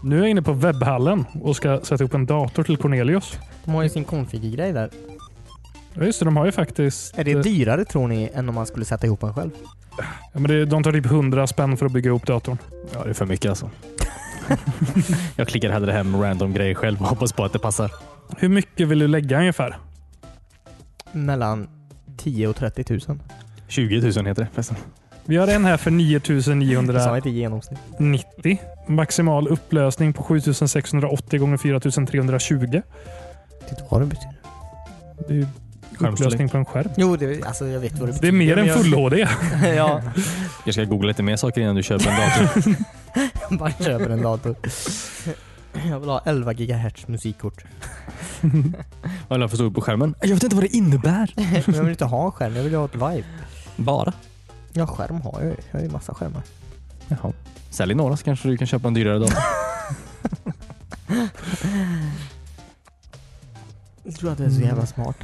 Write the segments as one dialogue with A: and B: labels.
A: Nu är jag inne på webbhallen och ska sätta upp en dator till Cornelius.
B: De har ju sin config-grej där.
A: Ja, just det, de har ju faktiskt...
B: Är det
A: eh,
B: dyrare tror ni än om man skulle sätta ihop en själv?
A: ja, men det, de tar typ 100 spänn för att bygga upp datorn.
C: Ja, det är för mycket alltså. jag klickar hellre hem random grejer själv och hoppas på att det passar.
A: Hur mycket vill du lägga ungefär?
B: Mellan 10 och 30 000.
C: 20 000 heter det förresten.
A: Vi har en här för
B: Det sa
A: 9990.
B: inte i genomsnitt.
A: Maximal upplösning på 7680 gånger 4320.
B: Titta Typ, vad det betyder.
A: Det är ju
C: Skärmstorlek.
A: upplösning på en skärm.
B: Jo, det, alltså jag vet vad det
A: Det är mer
B: betyder.
A: än full-HD.
B: full Ja,
C: Jag ska googla lite mer saker innan du köper en dator.
B: jag bara köper en dator. Jag vill ha 11 GHz musikkort.
C: Vad la för stor på skärmen? Jag vet inte vad det innebär.
B: Men jag vill inte ha en skärm, jag vill ha ett vibe.
C: Bara.
B: Ja, skärm har jag ju. Jag har ju massa skärmar.
C: Jaha. Sälj några så kanske du kan köpa en dyrare dator.
B: Jag tror att det är så jävla smart.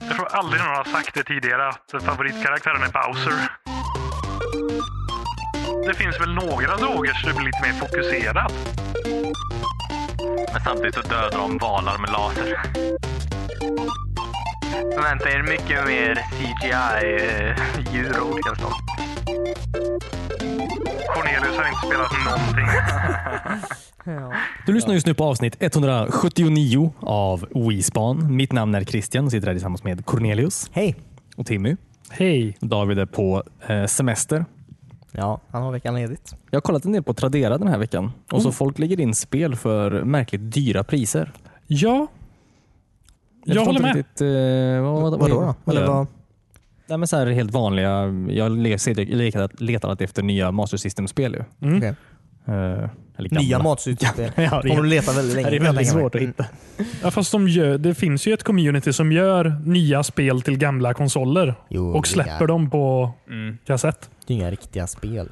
A: Jag tror aldrig någon har sagt det tidigare att favoritkaraktären är Bowser. Det finns väl några droger så det blir lite mer fokuserat.
D: Men samtidigt så dödar de valar med laser. Vänta er mycket mer CGI-djur och olika sånt.
A: Cornelius har inte spelat någonting.
B: Ja.
C: Du lyssnar just nu på avsnitt 179 av WeSpan. Mitt namn är Christian och sitter här tillsammans med Cornelius
B: Hej!
C: och Timmy.
A: Hej!
C: David är på eh, semester.
B: Ja, han har veckan ledigt.
C: Jag har kollat en del på Tradera den här veckan och så folk lägger in spel för märkligt dyra priser.
A: Ja, Jag
C: förstår
A: håller
C: inte
A: med.
C: Riktigt, eh, vad, vad, vad, eh,
B: Eller vad?
C: Nej, men så här helt vanliga. Jag le- letar, letar alltid efter nya Master System-spel. Ju.
A: Mm.
B: Okej.
C: Eh, eller gamla.
B: Nya matsytspel.
C: Ja, det
B: Kommer
C: är,
B: du leta väldigt länge.
C: det är
B: kan jag
C: väldigt
B: tänka mig.
C: svårt att hitta.
A: ja fast de gör, det finns ju ett community som gör nya spel till gamla konsoler
B: Jo,
A: och
B: det
A: släpper
B: är-
A: dem på
C: Mm.
A: kassett.
B: Det är inga riktiga spel.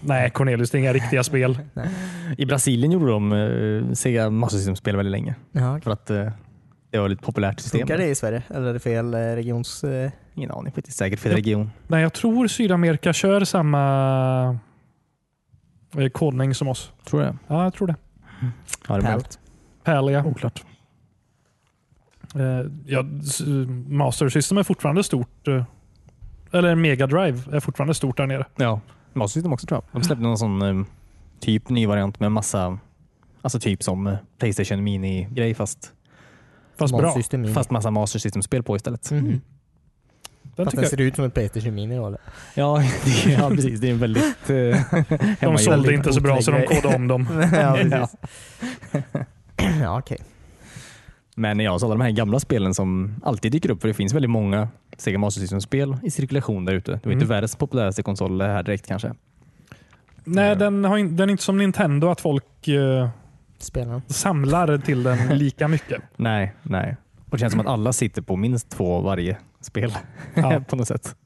A: Nej Cornelius, det är inga riktiga spel.
C: I Brasilien gjorde de eh, Sega Master System-spel väldigt länge.
B: Ja,
C: För att eh, det var ett lite populärt system.
B: Funkar det i Sverige? Eller är det fel eh, regions... eh,
C: Ingen aning. Faktiskt säkert för region.
A: Nej, jag tror Sydamerika kör samma eh, kodning som oss.
C: Tror jag.
A: Ja, jag tror det.
C: Ja, det är
B: Pärl.
C: möjligt.
A: Pärliga.
C: Oklart.
A: Eh, ja, s- Master System är fortfarande stort. Eh, eller Mega Drive är fortfarande stort där nere.
C: Ja. Master System också tror jag. De släppte någon sån eh, typ ny variant med massa Alltså typ som eh, Playstation Mini-grej fast,
A: Fast bra.
B: System Mini.
C: fast massa Master System-spel på istället.
B: Mhm.
A: Den
B: Fast
A: tycker
B: den
A: jag,
B: ser ut som ett Playstation Mini då eller?
C: Ja, det, ja precis. Det är en väldigt eh,
A: de sålde inte så bra så de
C: otäck grej.
A: kodade om dem.
B: ja,
C: precis.
B: ja okej.
C: Men ja, så alla de här gamla spelen som alltid dyker upp, för det finns väldigt många Sega Master System-spel i cirkulation där ute. Det var
A: Mm.
C: inte världens populäraste konsol det här direkt kanske.
A: Nej, den, har in, den är inte som Nintendo att folk eh,
B: Spelen.
A: samlar till den lika mycket.
C: Nej, nej. Och det känns som att alla sitter på minst två varje spel
A: Ja.
C: på något sätt.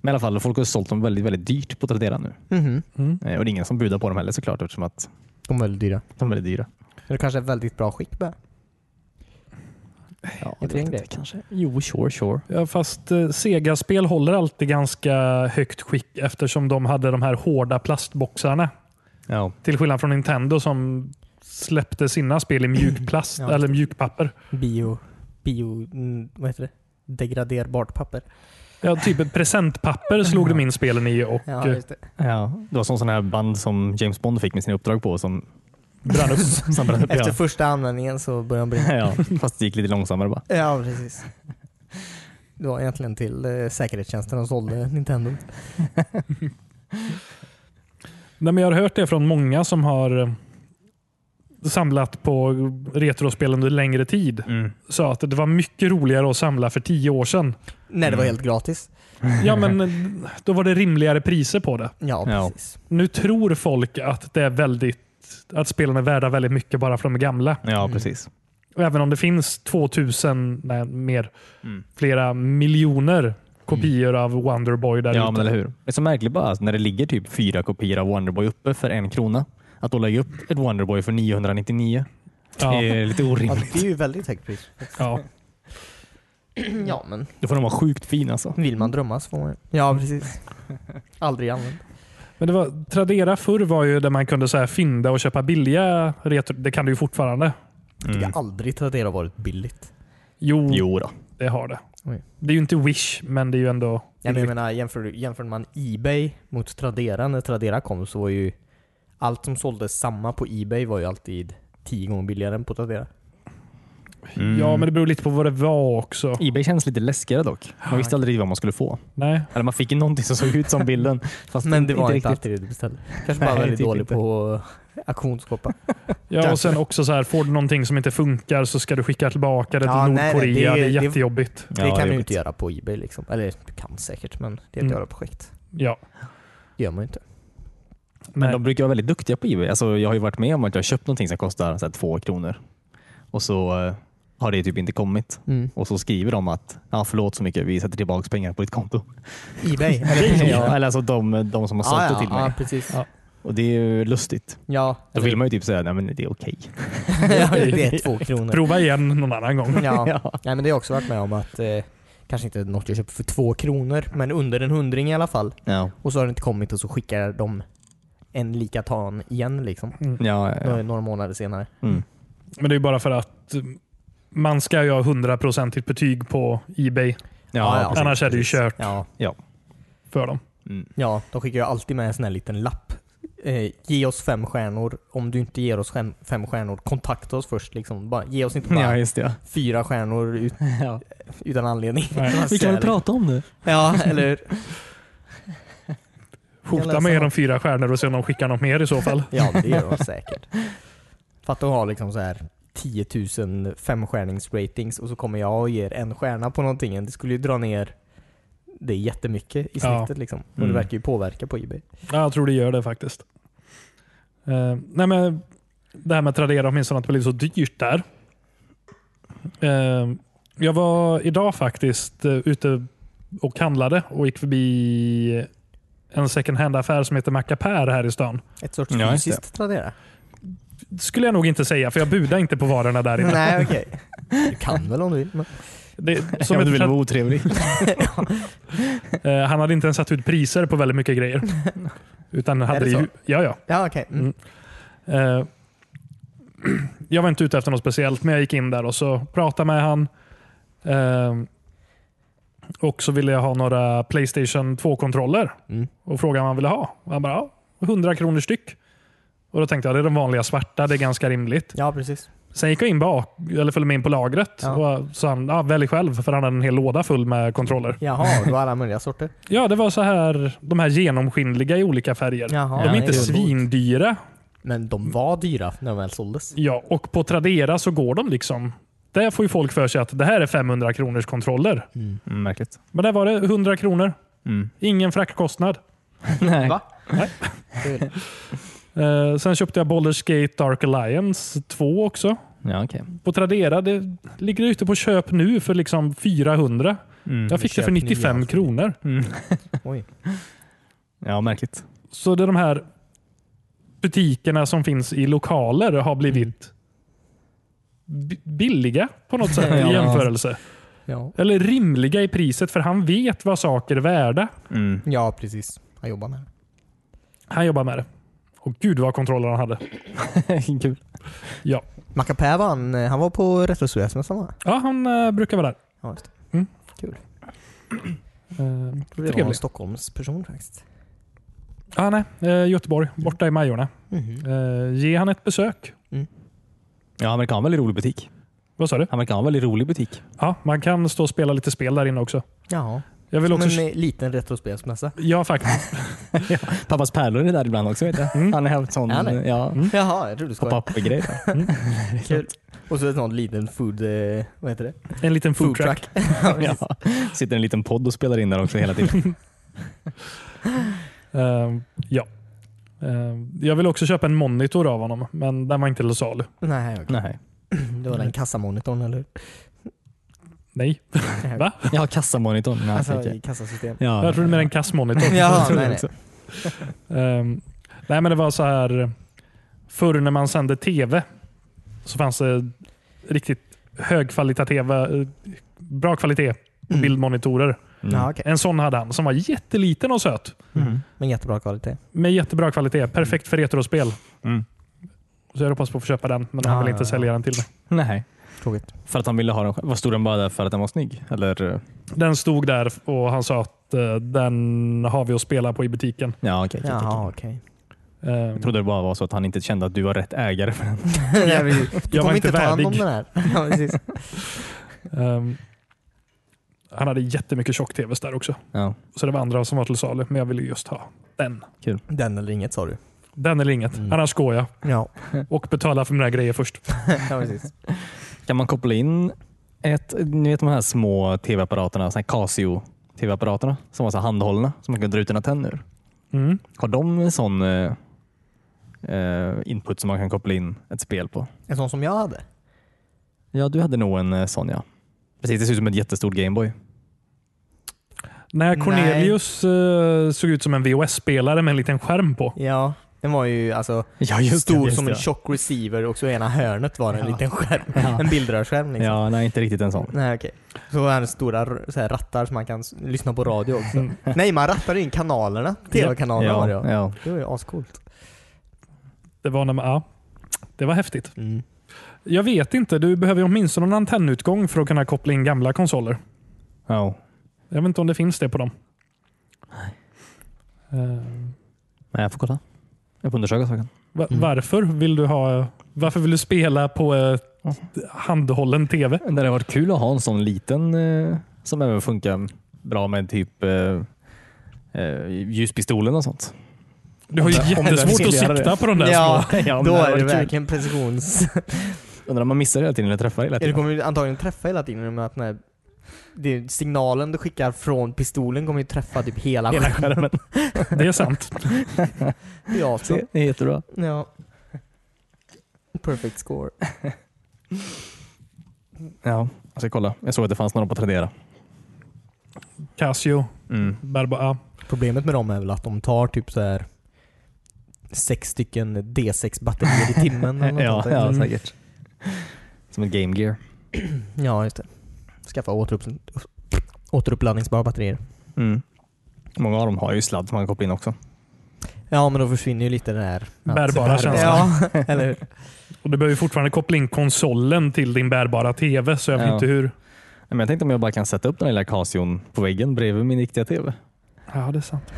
C: Men i alla fall, folk har sålt dem väldigt, väldigt dyrt på Tradera nu.
B: Mhm.
A: Mm.
C: Eh, Och det är ingen som budar på dem heller såklart eftersom att
B: De är väldigt dyra.
C: de är väldigt dyra.
B: Det kanske är väldigt bra skick bara.
C: Ja,
B: Inte det en grej?
C: kanske. Jo, sure, sure.
A: Ja, fast eh, Sega-spel håller alltid ganska högt skick eftersom de hade de här hårda plastboxarna.
C: Ja,
A: Till skillnad från Nintendo som släppte sina spel i mjukplast
B: Ja.
A: eller mjukpapper.
B: Bio... Bio... mm, Vad heter det? Degraderbart papper.
A: Ja, typ ett presentpapper slog de in spelen i och
B: Ja,
A: eh,
B: just det.
C: ja. Det var sån sån här band som James Bond fick med sina uppdrag på som
A: brann upp.
C: Som brann upp,
B: Efter
C: ja.
B: första användningen så börjar de brinna.
C: ja. Fast det gick lite långsammare bara.
B: Ja, precis. Det var egentligen till eh, säkerhetstjänsten de sålde Nintendo.
A: Nej, men jag har hört det från många som har eh, samlat på retrospel under längre tid. Sa att det var mycket roligare att samla för tio år sedan.
B: När det var helt gratis.
A: Ja, men eh, då var det rimligare priser på det.
B: Ja,
C: Ja.
B: precis.
A: Nu tror folk att det är väldigt att spelen är värda väldigt mycket bara för att de är gamla.
C: Ja, precis.
A: Och även om det finns 2000, nej, mer,
C: Mm.
A: flera miljoner kopior av Wonderboy där
C: Ja,
A: ute.
C: men eller hur. Det är så märkligt bara alltså, när det ligger typ fyra kopior av Wonderboy uppe för en krona. Att då lägga upp ett Wonderboy för 999
A: Ja,
C: är lite
B: Ja,
C: orimligt.
B: det är ju väldigt högt pris.
A: ja.
B: Ja, Mm. men
C: Då får de vara sjukt fin alltså. Mm.
B: vill man drömma så får man ju. Ja, precis. Aldrig använd.
A: Men det var, Tradera förr var ju där man kunde så här fynda och köpa billiga retro. Det kan du ju fortfarande.
B: Jag tycker aldrig Tradera har varit billigt.
A: Jo,
C: Jo då.
A: det har det.
B: Oj.
A: Det är ju inte Wish, men det är ju ändå...
B: Ja, men jag menar, jämför, jämför man Ebay mot Tradera när Tradera kom så var ju allt som såldes samma på Ebay var ju alltid tio gånger billigare än på Tradera.
C: Mm.
A: Ja, men det beror lite på vad det var också.
C: Ebay känns lite läskigare dock. Man visste aldrig vad man skulle få.
A: Nej.
C: Eller man fick ju någonting som såg ut som bilden. Fast
B: Men det var inte,
C: riktigt.
B: alltid det du beställde. Kanske bara
C: Nej,
B: väldigt
C: typ
B: dålig
C: inte.
B: på att auktionsshoppa.
A: Ja, och sen också så här, får du någonting som inte funkar så ska du skicka tillbaka det till
B: Ja, nej, nej,
A: Nordkorea.
B: det
A: det,
B: är-
A: är
B: det-
A: jättejobbigt.
B: det
C: Ja,
B: kan du
C: jobbigt.
B: inte göra på Ebay liksom. Eller du kan säkert men det är ett
A: Mm.
B: göra-projekt.
A: Ja.
B: Det gör man ju inte.
A: Nej.
C: Men de brukar vara väldigt duktiga på Ebay. Alltså, jag har ju varit med om att jag har köpt någonting som kostar så här, två kronor och så eh, har det typ inte kommit. Och så skriver de att ja, förlåt så mycket, vi sätter tillbaka pengar på ditt konto.
B: Ebay? Ah,
C: ja, eller alltså de, de som har sålt det till
B: ja, Ah,
C: mig.
B: precis.
A: Ja.
C: Och det är ju lustigt.
B: Ja,
C: Då vill man ju typ säga nej men det är okej.
B: ja det är två kronor.
A: Prova igen någon annan gång.
B: Ja.
C: Ja.
B: Nej men det har jag också varit med om att eh, Kanske inte något jag köper för två kronor men under en hundring i alla fall.
C: Ja.
B: Och så har det inte kommit och så skickar de en likadan igen liksom.
C: Ja, ja,
B: Några, några månader senare.
C: ja. Mm.
A: Men det är ju bara för att eh, man ska ju ha 100% betyg på Ebay.
B: Ja, ja.
C: precis,
A: Annars är det ju
C: precis.
A: kört
B: Ja,
A: för dem.
C: Mm.
B: ja de skickar ju alltid med en sån här liten lapp. Eh, ge oss fem stjärnor. Om du inte ger oss fem, fem stjärnor, kontakta oss först. Liksom. Bara, ge oss inte bara
C: Ja, just det.
B: fyra stjärnor ut,
C: Ja.
B: utan anledning.
A: Nej.
C: Vi kan väl prata om det?
B: Ja, eller hur?
A: Hota
B: läser
A: med
B: om-
A: de fyra stjärnor och se om de skickar något mer i så fall.
B: Ja, det gör de säkert. Fatta att ha liksom så här 10 000 femstjärnings-ratings och så kommer jag och ger en stjärna på någonting. Det skulle ju dra ner det jättemycket i snittet
A: Ja.
B: liksom. Och det
C: Mm.
B: verkar ju påverka på Ebay.
A: Ja, jag tror det gör det faktiskt. Eh, nej men, det här med Tradera åtminstone, att det blev så dyrt där. Eh, jag var idag faktiskt uh, ute och handlade och gick förbi en second hand-affär som heter Macapär här i stan.
B: Ett sorts
C: Ja, just
B: fysiskt Tradera.
A: skulle jag nog inte säga, för jag budar inte på varorna där inne.
B: Nej, okej. Du kan väl om du vill. Men...
A: Det,
C: Som
A: som
C: jag
A: ett,
C: vill vara otrevlig.
A: eh, han hade inte ens satt ut priser på väldigt mycket grejer. Utan hade
B: det
A: i
B: så?
A: hu- ja, ja.
B: Ja, okej. Mm.
A: Eh, jag var inte ute efter något speciellt, men jag gick in där och så pratade med han. Eh, och så ville jag ha några Playstation 2-kontroller
B: Mm.
A: och frågade vad han ville ha. Och han bara, ja, 100 kronor styck. Och Då tänkte jag det är de vanliga svarta, det är ganska rimligt.
B: Ja, precis.
A: Sen gick jag in bak, eller följde med in på lagret
B: Ja.
A: och sa han, ja, välj själv, för han hade en hel låda full med kontroller.
B: Jaha, du har alla möjliga sorter.
A: Ja, det var så här, de här genomskinliga i olika färger.
B: Jaha,
A: De är
B: det
A: inte
B: ju underbart.
A: svindyra,
B: Men de var dyra när de väl såldes.
A: Ja, och på Tradera så går de liksom. Där får ju folk för sig att det här är 500 kronors kontroller.
C: Mm, märkligt.
A: Men där var det 100 kronor.
C: Mm.
A: Ingen fraktkostnad.
C: Nej.
B: Va?
A: Nej.
B: Kul.
A: Eh, sen köpte jag Baldur's Gate Dark Alliance 2 också.
C: Ja, okej.
A: På Tradera det ligger ute på köp nu för liksom 400. Jag fick det för
B: köp nu,
A: 95
B: alltså.
A: kronor.
B: Oj.
C: Ja, märkligt.
A: Så det är de här butikerna som finns i lokaler har blivit bi- billiga på något sätt
C: Ja.
A: i jämförelse.
B: Ja.
A: Eller rimliga i priset för han vet vad saker är värda.
C: Mm.
B: ja, precis. Jag jobbar med det.
A: Han jobbar med det. Och gud vad kontroller han hade.
C: Kul.
A: Ja,
B: Macapää var han, eh, han var på Retrosuesmässan va?
A: ja han eh, brukar vara där.
B: Ja, just det.
A: Mm.
B: Kul.
A: Uh,
B: Det var en Stockholmsperson faktiskt.
A: ah, nej, eh, Göteborg, borta i Majorna. Eh, ge han ett besök.
C: Ja, han verkar ha en väldigt rolig butik.
A: Vad sa du?
C: Han verkar ha en väldigt rolig butik.
A: Ja, man kan stå och spela lite spel där inne också.
B: Jaha.
A: Jag vill också...
B: Som en eh, liten retrospelsmässa.
A: Ja, faktiskt.
C: Pappas pärlor är där ibland också. Vet jag. Han har haft sån
B: Mm. Är han det? Mm.
C: ja,
B: Jaha, jag trodde du skojade.
C: pop-up-grej.
B: Kul. Och så en sån liten food... eh, Vad heter det?
A: En liten food truck.
C: ja. Sitter en liten podd och spelar in där också hela tiden.
A: Eh, ja. Eh, jag vill också köpa en monitor av honom, men den var inte till salu.
B: Nej, okej.
C: Nej.
B: det var den kassamonitorn eller hur?
A: Nej.
B: Nej,
A: Va?
C: Jag har kassamonitorn. Nej,
B: Alltså
C: okej.
B: i kassasystem.
C: ja,
A: Jag tror det är en kassmonitor.
B: Ja, nej, nej.
C: också.
A: Ehm, nej men det var så här. Förr när man sände tv så fanns det riktigt högkvalitativa, eh, bra kvalitet på bildmonitorer.
C: Mm.
B: Ja, Mm. okej.
A: En sån hade han som var jätteliten och söt.
B: Men jättebra kvalitet.
A: Med jättebra kvalitet. Perfekt för retrospel.
C: Mm.
A: Så jag hoppas på att få köpa den, men
B: Ah,
A: han vill
B: ja,
A: inte
B: ja.
A: sälja den till mig.
C: Nej.
B: Tråkigt.
C: För att han ville ha den själv. Var stod den bara där för att den var snygg? Eller? eh,
A: Den stod där och han sa att eh, den har vi att spela på i butiken.
C: Ja, okej. okej, okej.
B: Jaha, okej.
A: Eh,
C: Jag trodde det bara var så att han inte kände att du var rätt ägare för den.
B: Jag vill- Du
A: jag var
B: kommer
A: inte
B: inte ta hand om
A: värdig.
B: den här. Ja, precis.
A: Ehm, han hade jättemycket tjock-tvs där också.
C: Ja.
A: Så det var andra som var till salu, men jag ville just ha den.
B: Den eller inget sa du?
A: Den eller inget.
B: Mm.
A: Annars går jag
B: Ja,
A: och betalar för mina grejer först.
B: ja precis.
C: Kan man koppla in ett, ni vet de här små tv-apparaterna, såna här Casio tv-apparaterna som var så här handhållna som man kunde dra ut ena tänder ur.
A: Mm.
C: Har de en sån eh, eh, input som man kan koppla in ett spel på?
B: En sån som jag hade.
C: Ja, du hade nog en eh, sån ja. Precis, det ser ut som en jättestor Gameboy.
A: När Cornelius eh, såg ut som en VHS-spelare med en liten skärm på.
B: Ja, den var ju alltså
C: Ja,
B: stor som en tjock receiver och så i ena hörnet var det en liten skärm. En bildrörsskärm liksom.
C: Ja, nej inte riktigt en sån.
B: Nej okej. Så har han stora r- så här, rattar som man kan s- lyssna på radio också.
A: Mm.
B: Nej, man rattar in kanalerna.
C: Ja,
B: Tv-kanalerna var det
C: ja.
B: ja. Det var ju ascoolt.
A: Det var, när man, ja, det var häftigt.
B: Mm.
A: Jag vet inte, du behöver ju åtminstone en antennutgång för att kunna koppla in gamla konsoler.
C: Ja.
A: Jag vet inte om det finns det på dem. Ehm,
C: Nej, jag får kolla. Jag får undersöka saken.
A: Va-
B: Mm.
A: Varför vill du ha varför vill du spela på ett handhållen tv?
C: Det hade varit kul att ha en sån liten eh, som även funkar bra med typ eh, eh, ljuspistolen och sånt.
A: Du har ju
C: Om det- om det
A: jättesvårt att
C: fungerar.
A: sikta på de där
B: Ja,
A: små.
C: Ja, men
B: Då
C: hade
B: är
C: varit
B: det
C: kul.
B: verkligen precisions...
C: Undrar om man missar hela tiden eller träffar hela
B: Du
C: tiden.
B: kommer ju antagligen träffa hela tiden med att den här, det är signalen du skickar från pistolen kommer ju träffa typ hela
C: Hela
B: skärmen.
C: skärmen.
A: Det är sant.
B: Ja, så.
C: Det är jättebra.
B: ja. Perfect score.
C: Ja, jag ska kolla. Jag såg att det fanns några på Tradera.
A: Casio,
C: Mm.
A: Barba.
B: Problemet med dem är väl att de tar typ så här sex stycken D6 batterier i timmen eller något
C: Ja,
B: sånt där.
C: ja,
A: Mm.
C: säkert. Som ett Game Gear.
B: ja, just det. Skaffa återupp, återuppladdningsbara batterier.
C: Mm. Många av dem har ju sladd som man kan koppla in också.
B: Ja, men då försvinner ju lite den här...
A: Bärbara känslan.
B: Ja, eller hur?
A: Och du behöver ju fortfarande koppla in konsolen till din bärbara tv, så jag vet
C: Ja.
A: inte hur...
C: Men jag tänkte om jag bara kan sätta upp den lilla Casion på väggen bredvid min riktiga TV.
A: Ja, det är sant.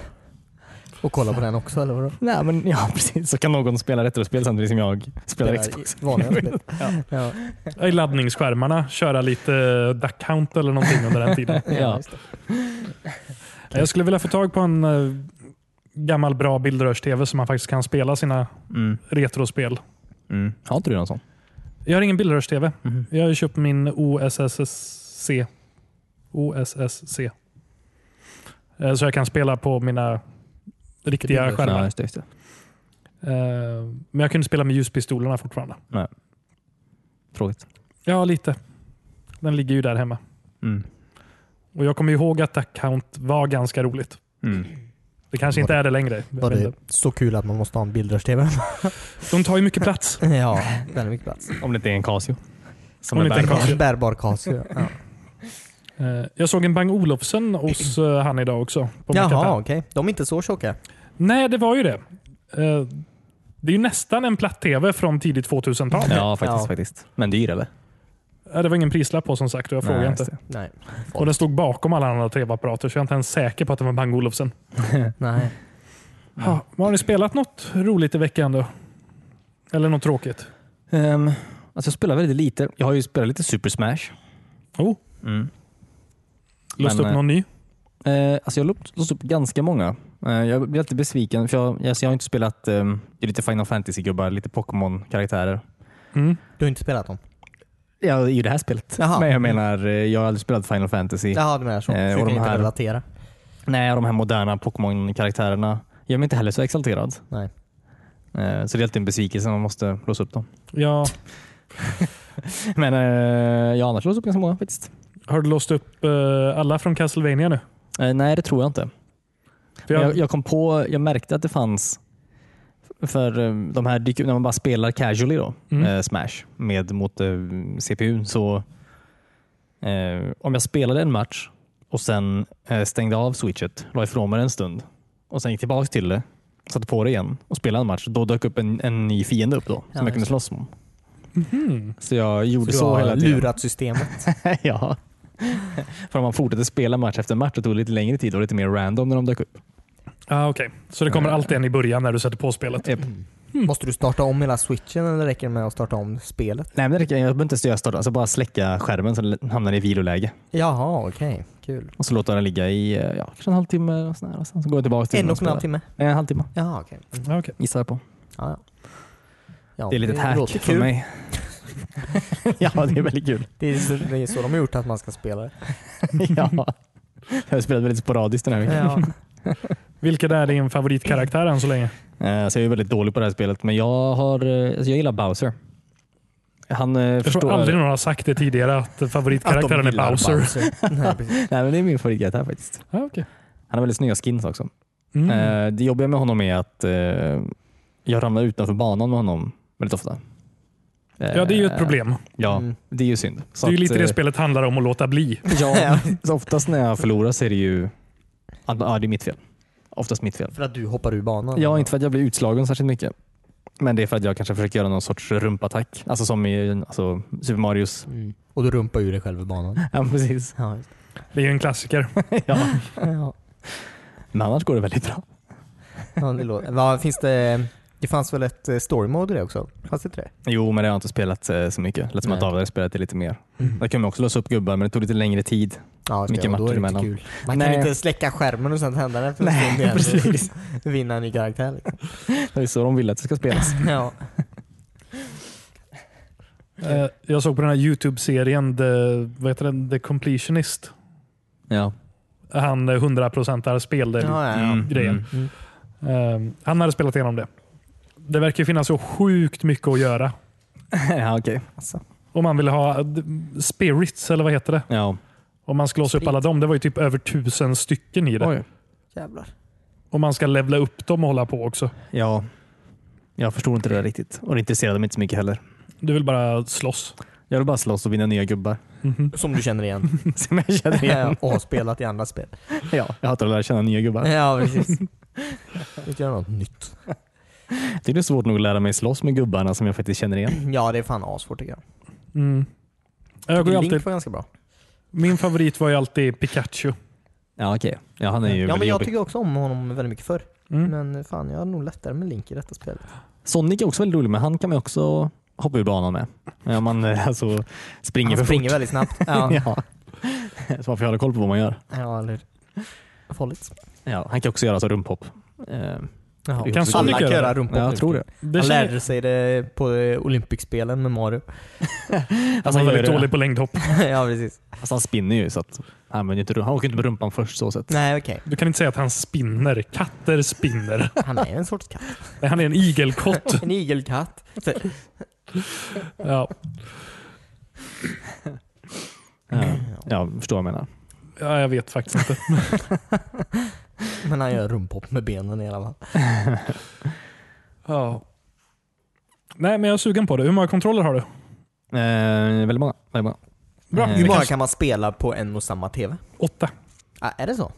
B: Och kolla på den också, eller vadå?
C: Nej, men ja, precis. Så kan någon spela retrospel samtidigt som jag spelar Xbox.
B: Vanliga spel. Ja.
A: I laddningsskärmarna, köra lite eh, Duck Hunt eller någonting under den tiden.
C: Ja.
B: just det.
A: Jag skulle vilja få tag på en eh, gammal bra bildrörs-tv som man faktiskt kan spela sina
C: Mm.
A: retrospel.
C: Mm. Har inte du någon sån?
A: Jag har ingen bildrörs-tv.
C: Mhm.
A: Jag har ju köpt min OSSC. OSSC. Eh, Så jag kan spela på mina riktiga
B: bildlösa.
A: skärmar.
C: Ja, just det, just det.
A: Eh, Men jag kunde spela med ljuspistolerna fortfarande.
C: Tråkigt.
A: Ja, lite. Den ligger ju där hemma.
C: Mm.
A: Och Jag kommer ihåg att Duck Hunt var ganska roligt.
C: Mm.
A: Det kanske inte är det längre. Jag
B: Var
A: vet
B: det
A: inte.
B: så kul att man måste ha en bildrörs-tv?
A: De tar ju mycket plats.
B: ja, väldigt mycket plats.
C: Om det inte är en Casio. Som
A: Om
C: är
A: det inte är en
C: bärbar.
A: Casio.
B: En bärbar Casio. Ja,
A: Eh, Jag såg en Bang Olofsen hos eh, han idag också. På
B: Jaha,
A: Jaha.
B: okej. De är inte så tjocka.
A: Nej, det var ju det. Eh, Det är ju nästan en platt-tv från tidigt 2000-tal.
C: Ja, faktiskt,
B: Ja.
C: faktiskt. Men dyr eller?
A: Ja, Det var ingen prislapp på som sagt och jag frågade
C: Nej,
A: inte.
C: just det.
B: Nej.
A: Och den stod bakom alla andra tv-apparater så jag är inte ens säker på att det var Bang Olufsen.
B: Nej.
C: Mm.
A: Ha, har ni spelat något roligt i veckan då? Eller något tråkigt?
C: Ehm, alltså jag spelar väldigt lite. Jag har ju spelat lite Super Smash.
A: Oh,
C: Mm.
A: lust
C: Men,
A: upp någon ny?
C: Eh, alltså jag har låst- låst upp ganska många. Eh, jag blir alltid besviken för jag, alltså jag har inte spelat eh, det är lite Final Fantasy-gubbar, lite Pokémon-karaktärer.
A: Mm.
B: Du har inte spelat dem?
C: Ja, i det här spelet.
B: Jaha.
C: Men jag menar, eh, jag har aldrig spelat Final Fantasy.
B: Jaha, du menar så.
C: Eh,
B: så du kan
C: och de
B: inte
C: här-
B: relatera?
C: Nej, de här moderna Pokémon-karaktärerna gör mig inte heller så exalterad.
B: Nej.
C: Eh, så det är alltid en besvikelse när man måste låsa upp dem.
A: Ja,
C: Men eh, jag har annars låst upp ganska många faktiskt.
A: har du låst upp eh, alla från Castlevania nu?
C: Eh, nej, det tror jag inte.
A: För
C: Men
A: jag,
C: Jag, jag kom på, jag märkte att det fanns för eh, de här dyker- när man bara spelar casually då,
A: Mm.
C: eh, Smash med, mot eh, CPUn så eh, om jag spelade en match och sen eh, stängde av switchet, la ifrån mig det en stund och sen gick tillbaka till det, satte på det igen och spelade en match. Då dök upp en, en ny fiende upp då, som
B: Ja,
C: jag kunde
B: just
C: slåss mot.
A: Mhm.
C: Så jag gjorde så,
B: du har
C: hela tiden.
B: lurat systemet.
C: ja. För man fortsatte spela match efter match och tog lite längre tid och lite mer random när de dök upp.
A: Ah, Okej, så det kommer
C: Eh,
A: alltid en i början när du sätter på spelet?
C: Japp.
B: Måste du starta om hela switchen eller räcker det med att starta om spelet?
C: Nej, men det räcker. Jag behöver inte ens göra start. Alltså bara släcka skärmen så den hamnar i viloläge.
B: Jaha, okej. Kul.
C: Och så låter den ligga i eh, ja, kanske en halvtimme. Och sån här. Och sen så går jag tillbaka till den
B: En och en halv
C: spelar.
B: timme?
C: Nej, en halvtimme
B: Jaha, okej. Mm.
A: Ah, Okej.
C: gissar jag på.
B: Ja, ja. Ja,
C: det är lite ett hack
B: låter
C: för
B: kul.
C: mig. ja, det är väldigt kul.
B: Det är, så, det är så de har gjort att man ska spela det.
C: ja. Jag har spelat väldigt sporadiskt den här veckan.
B: Ja.
A: Vilken är din favoritkaraktär än så länge?
C: Eh, Så jag är väldigt dålig på det här spelet, men jag, har, eh, alltså jag gillar Bowser. Han eh,
A: Jag tror
C: förstår...
A: aldrig någon har sagt det tidigare att favoritkaraktären är
B: gillar
A: Bowser.
B: Alltså, Nej, precis.
C: Nej, men det är min favoritkaraktär faktiskt.
A: Ah, okay.
C: Han har väldigt snygga skins också.
A: mm.
C: Eh, Det jobbiga med honom är att eh, jag ramlar utanför banan med honom väldigt ofta.
A: ja, det är ju ett
C: Eh,
A: problem.
C: Ja,
B: Mm.
C: det är ju synd. Så
A: Det är ju
C: att,
A: lite det
C: eh,
A: spelet handlar om, att låta bli.
C: Ja, så oftast när jag förlorar så är det ju att ja, det är mitt fel. Oftast mitt fel.
B: För att du hoppar ur banan?
C: Ja, inte för att jag blir utslagen särskilt mycket. Men det är för att jag kanske försöker göra någon sorts rumpattack. Alltså som i alltså, Super Marios.
B: Mm. Och du rumpar ur dig själv ur banan?
C: Ja, precis.
B: Ja, just
A: Det är ju en klassiker.
C: Ja.
B: det. Ja.
C: Men annars går det väldigt bra.
B: Ja, det låter. Vad finns det? Det fanns väl ett eh, story mode i det också? Fanns det inte det?
C: Jo, men det har jag inte spelat eh, så mycket. Lät som
B: Nej.
C: att David hade spelat det lite mer. Där kunde man också låsa upp gubbar, men det tog lite längre tid.
B: Ja,
C: Mycket
B: och då
C: matcher
B: är det inte
C: emellan.
B: kul. Man
C: Nej.
B: kan inte släcka skärmen och sen tända den för
C: Nej,
B: en stund igen och
C: precis.
B: vinna en ny karaktär. Liksom.
C: Det är så de vill att det ska spelas.
B: Ja.
A: Eh, Jag såg på den här YouTube-serien The, vad heter den? The Completionist.
C: Ja.
A: Han eh, 100%ar
B: Ja,
A: speldel.
B: ja, ja.
C: Mm,
A: grejen.
C: mm.
A: Eh, Han hade spelat igenom det. Det verkar ju finnas så sjukt mycket att göra.
C: ja, okej.
B: Alltså.
A: Om man vill ha eh, d- spirits, eller vad heter det?
C: Ja.
A: Om man ska låsa upp
B: Sprit.
A: alla dem. Det var ju typ över tusen stycken i det.
C: Oj.
B: Jävlar.
A: Och man ska levla upp dem och hålla på också.
C: Ja. Jag förstod inte det där riktigt och det intresserade mig inte så mycket heller.
A: Du vill bara slåss.
C: Jag vill bara slåss och vinna nya gubbar.
A: Mhm.
B: Som du känner igen.
C: Som jag känner igen.
B: och har spelat i andra spel.
C: Ja, jag hatar att lära känna nya gubbar.
B: Ja, precis. Inte göra något nytt.
C: Det är svårt nog att lära mig slåss med gubbarna som jag faktiskt känner igen.
B: Ja, det är fan assvårt tycker jag.
A: Mm. Jag går ju
B: Link
A: alltid,
B: var ganska bra.
A: min favorit var ju alltid Pikachu.
C: Ja, okej. Ja, han är ju
B: Ja, men
C: väldigt
B: jag
C: jobbig.
B: tycker också om honom väldigt mycket förr.
A: Mm.
B: Men fan, jag har nog lättare med Link i detta spelet.
C: Sonic är också väldigt rolig, men han kan man ju också hoppa ur banan med. Ja, man eh, alltså, springer
B: Han
C: för
B: springer
C: fort.
B: väldigt snabbt. Ja,
C: Ja. Så man får hålla koll på vad man gör.
B: ja eller hur? Farligt.
C: Ja, han kan också göra så rumphopp. Eh,
B: Jaha.
A: Kan
B: Alla
A: Sonic
B: kan
A: göra
B: göra
A: det?
B: rumpor.
C: Ja, jag tror det.
A: Det
B: Han
A: känner-
B: lärde sig det på eh, Olympicspelen med Mario.
C: Alltså,
A: Han
C: han,
A: var
C: gör
A: väldigt
C: det.
A: dålig på längdhopp.
B: ja, precis.
C: Alltså, han spinner ju, så att han, använder ju inte, rum- han åker inte med rumpan först. så sätt.
B: Nej, okej.
A: Du kan inte säga att han spinner. Katter spinner.
B: Han är en sorts katt.
A: Nej, Han är en igelkott.
B: En igelkatt. Så-
A: Ja.
C: Ja, ja, förstår vad jag menar.
A: ja, jag vet faktiskt inte.
B: Men han gör rumphopp med benen i alla fall.
A: Ja. Nej, men jag är sugen på det. Hur många kontroller har du?
C: Eh, väldigt många. Väldigt många.
A: Bra.
C: Eh,
B: Mm. Hur många
A: kanske-
B: kan man spela på en och samma TV?
A: Åtta.
B: Ah, är det så?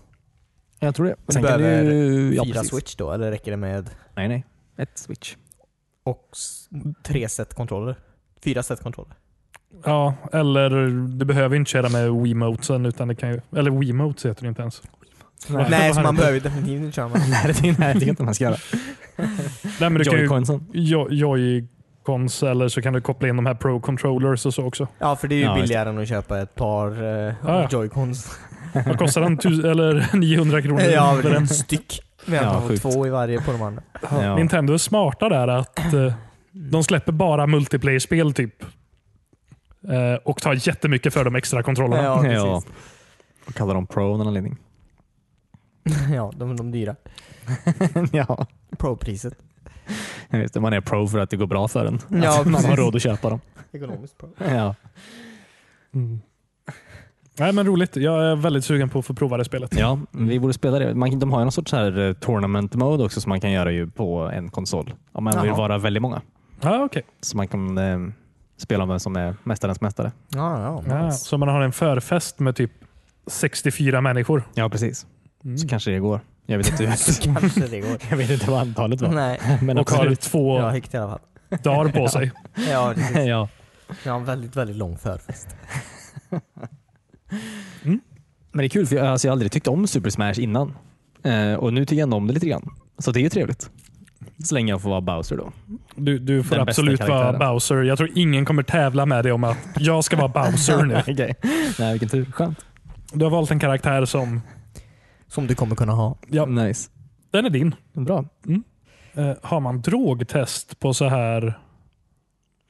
C: Jag tror det.
B: Du
C: Sen kan
B: behöver
C: du, ja,
B: Fyra
C: precis.
B: switch då, eller räcker det med
C: Nej, nej. Ett switch.
B: och s- tre set kontroller? Fyra set kontroller?
A: Ja, eller du behöver ju inte köra med Wiimotesen. Utan det kan ju, eller Wiimotes heter det inte ens.
B: Nej,
A: Nej,
B: så
A: han
B: man
A: inte.
B: behöver ju definitivt inte köra med.
C: Nej, det är inte vad man ska göra.
A: Nej, men du kan ju
C: Joy-Consen.
A: jo- Joy-cons eller så kan du koppla in de här Pro Controllers och så också.
B: Ja, för det är ju
C: Ja, just
B: billigare än att köpa ett par eh,
A: ja.
B: joycons.
A: Vad kostar den? Tus- eller 900 kronor?
B: Ja,
A: För en-
B: en styck. Vi
C: Ja,
B: har
C: sjukt.
B: två i varje på de andra.
C: Ja.
A: Nintendo är smarta där att eh, de släpper bara multiplayer-spel typ. Eh, och tar jättemycket för de extra kontrollerna.
B: Ja,
C: Ja.
B: precis.
C: Och kallar dem Pro av någon anledning.
B: Ja, de, de dyra.
C: ja,
B: Pro-priset.
C: just det. Man är pro för att det går bra för en. Alltså,
B: Ja,
C: man har
B: precis.
C: råd att köpa dem.
B: Ekonomiskt pro.
C: Ja.
A: Mm. Nej, men roligt. Jag är väldigt sugen på att få prova det spelet.
C: ja, vi borde spela det. Man, de har ju någon sorts så här eh, tournament mode också som man kan göra ju på en konsol. Om man vill
B: Jaha.
C: vara väldigt många.
A: Ah, okay.
C: Så man kan eh, spela om vem som är mästarens mästare.
B: Ja, ja.
A: ah, så man har en förfest med typ 64 människor.
C: Ja, precis.
A: Mm.
C: Så kanske det går. Jag vet inte,
B: Så kanske det går.
C: jag vet inte vad antalet var.
B: Nej,
C: Men
A: och har
C: absolut.
A: två
B: jag har högt i alla fall.
A: dagar på sig.
B: Ja, precis.
C: ja.
B: Jag har en väldigt, väldigt lång förfest.
C: Men det är kul, för jag, alltså, jag har aldrig tyckt om Super Smash innan. Eh, och nu tycker jag ändå om det lite grann. Så det är ju trevligt. Så länge jag får vara Bowser då.
A: Du, du får
C: Den bästa
A: absolut vara
C: karaktären.
A: Bowser. Jag tror ingen kommer tävla med dig om att jag ska vara Bowser nu.
C: Okej. Nej, vilken tur. Skönt.
A: Du har valt en karaktär som,
B: Som du kommer kunna ha.
A: Ja.
C: Nice.
A: den är din.
C: Bra.
A: Eh, har man drogtest på så här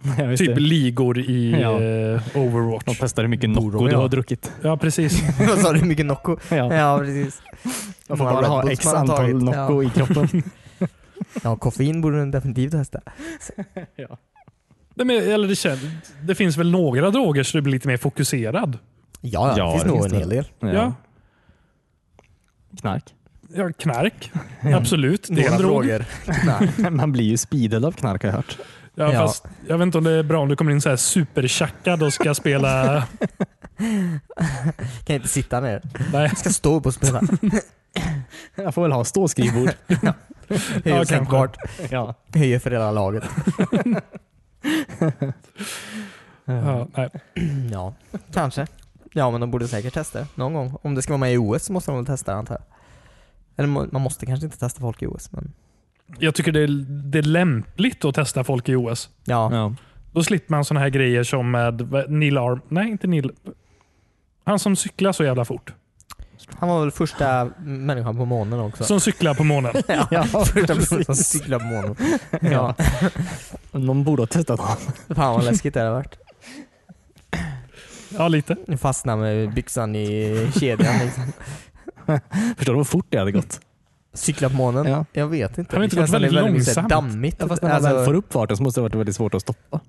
C: Ja, just
A: typ
C: det.
A: ligor i
C: Ja.
A: eh,
C: De
A: Overwatch?
C: testar hur mycket
B: Borde
C: Nocco
B: de,
C: du
B: ja.
C: har druckit.
A: Ja, precis.
B: Vad sa du? Mycket Nocco?
C: Ja.
B: Ja, precis.
C: Man får
B: Många
C: bara
B: Red
C: ha
B: Bulls
C: x
B: man har
C: antal
B: tagit.
C: Nocco i kroppen.
B: Ja. ja, koffein borde du definitivt testa.
A: Nej, men, eller det, känns, det finns väl några droger så du blir lite mer fokuserad?
B: Ja, ja,
C: Ja,
B: det finns
C: det
B: nog
C: finns
B: en
C: det.
B: hel del.
A: Ja, ja,
C: Knark.
A: knark. Absolut, det är
B: Några
A: en drog.
B: droger. Nej.
C: Man blir ju speedad av knark har jag hört.
A: Ja,
B: Ja.
A: Fast, jag vet inte om det är bra om du kommer in så här superchackad och ska spela...
B: Kan inte sitta ner.
A: Nej.
B: Jag ska stå upp och spela.
C: Jag får väl ha ståskrivbord.
B: Höjer
A: Ja,
B: sänkbart.
C: ja.
B: Höjer för hela laget.
A: Ja, nej.
B: Ja, kanske. Ja, men de borde säkert testa det någon gång. Om det ska vara med i OS så måste de väl testa det antar jag. Eller må- man måste kanske inte testa folk i OS, men
A: Jag tycker det är, det är lämpligt att testa folk i OS.
B: ja.
C: Ja.
A: Då slipper man såna här grejer som med vad- Neil Arm... Nej, inte Neil. Han som cyklar så jävla fort.
B: Han var väl första människan på månen också.
A: Som cyklar på månen.
B: ja, första personen som
C: precis.
B: cyklade på månen. Ja.
C: Ja. Någon borde ha testat honom.
B: Fan vad läskigt det hade varit.
A: Ja, lite.
B: Nu fastnade med byxan i kedjan liksom.
C: Förstår du hur fort det hade gått?
B: Cykla på månen?
C: Ja.
B: Jag vet inte.
A: Har det inte
B: Det
A: gått
B: känns
A: väldigt
B: väldigt så här
A: långsamt?
B: dammigt. Alltså-
C: Ja, fast när man väl får upp farten så måste det ha varit väldigt svårt att stoppa.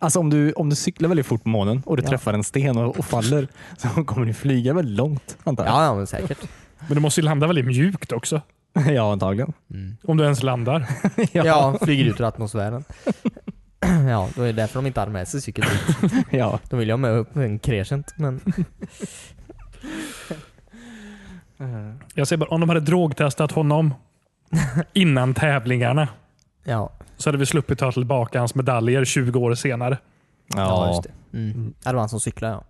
C: Alltså om du, om du cyklar väldigt fort på månen och du
B: Ja.
C: träffar en sten och, och faller så kommer du flyga väldigt långt antar jag.
B: ja, ja, men säkert.
A: Men du måste ju landa väldigt mjukt också.
C: Ja, ja antagligen.
A: Om du ens landar.
B: Mm. Ja. flyger ut ur atmosfären. Ja, då är det därför de inte hade med sig cykel dit.
C: Ja.
B: De vill ju ha med upp en crescent, men
A: Jag säger bara, om de hade drogtestat honom innan tävlingarna
B: ja.
A: så hade vi sluppit ta tillbaka hans medaljer 20 år senare.
B: Ja, just det. Mm. Ja, det var han som cyklade ja.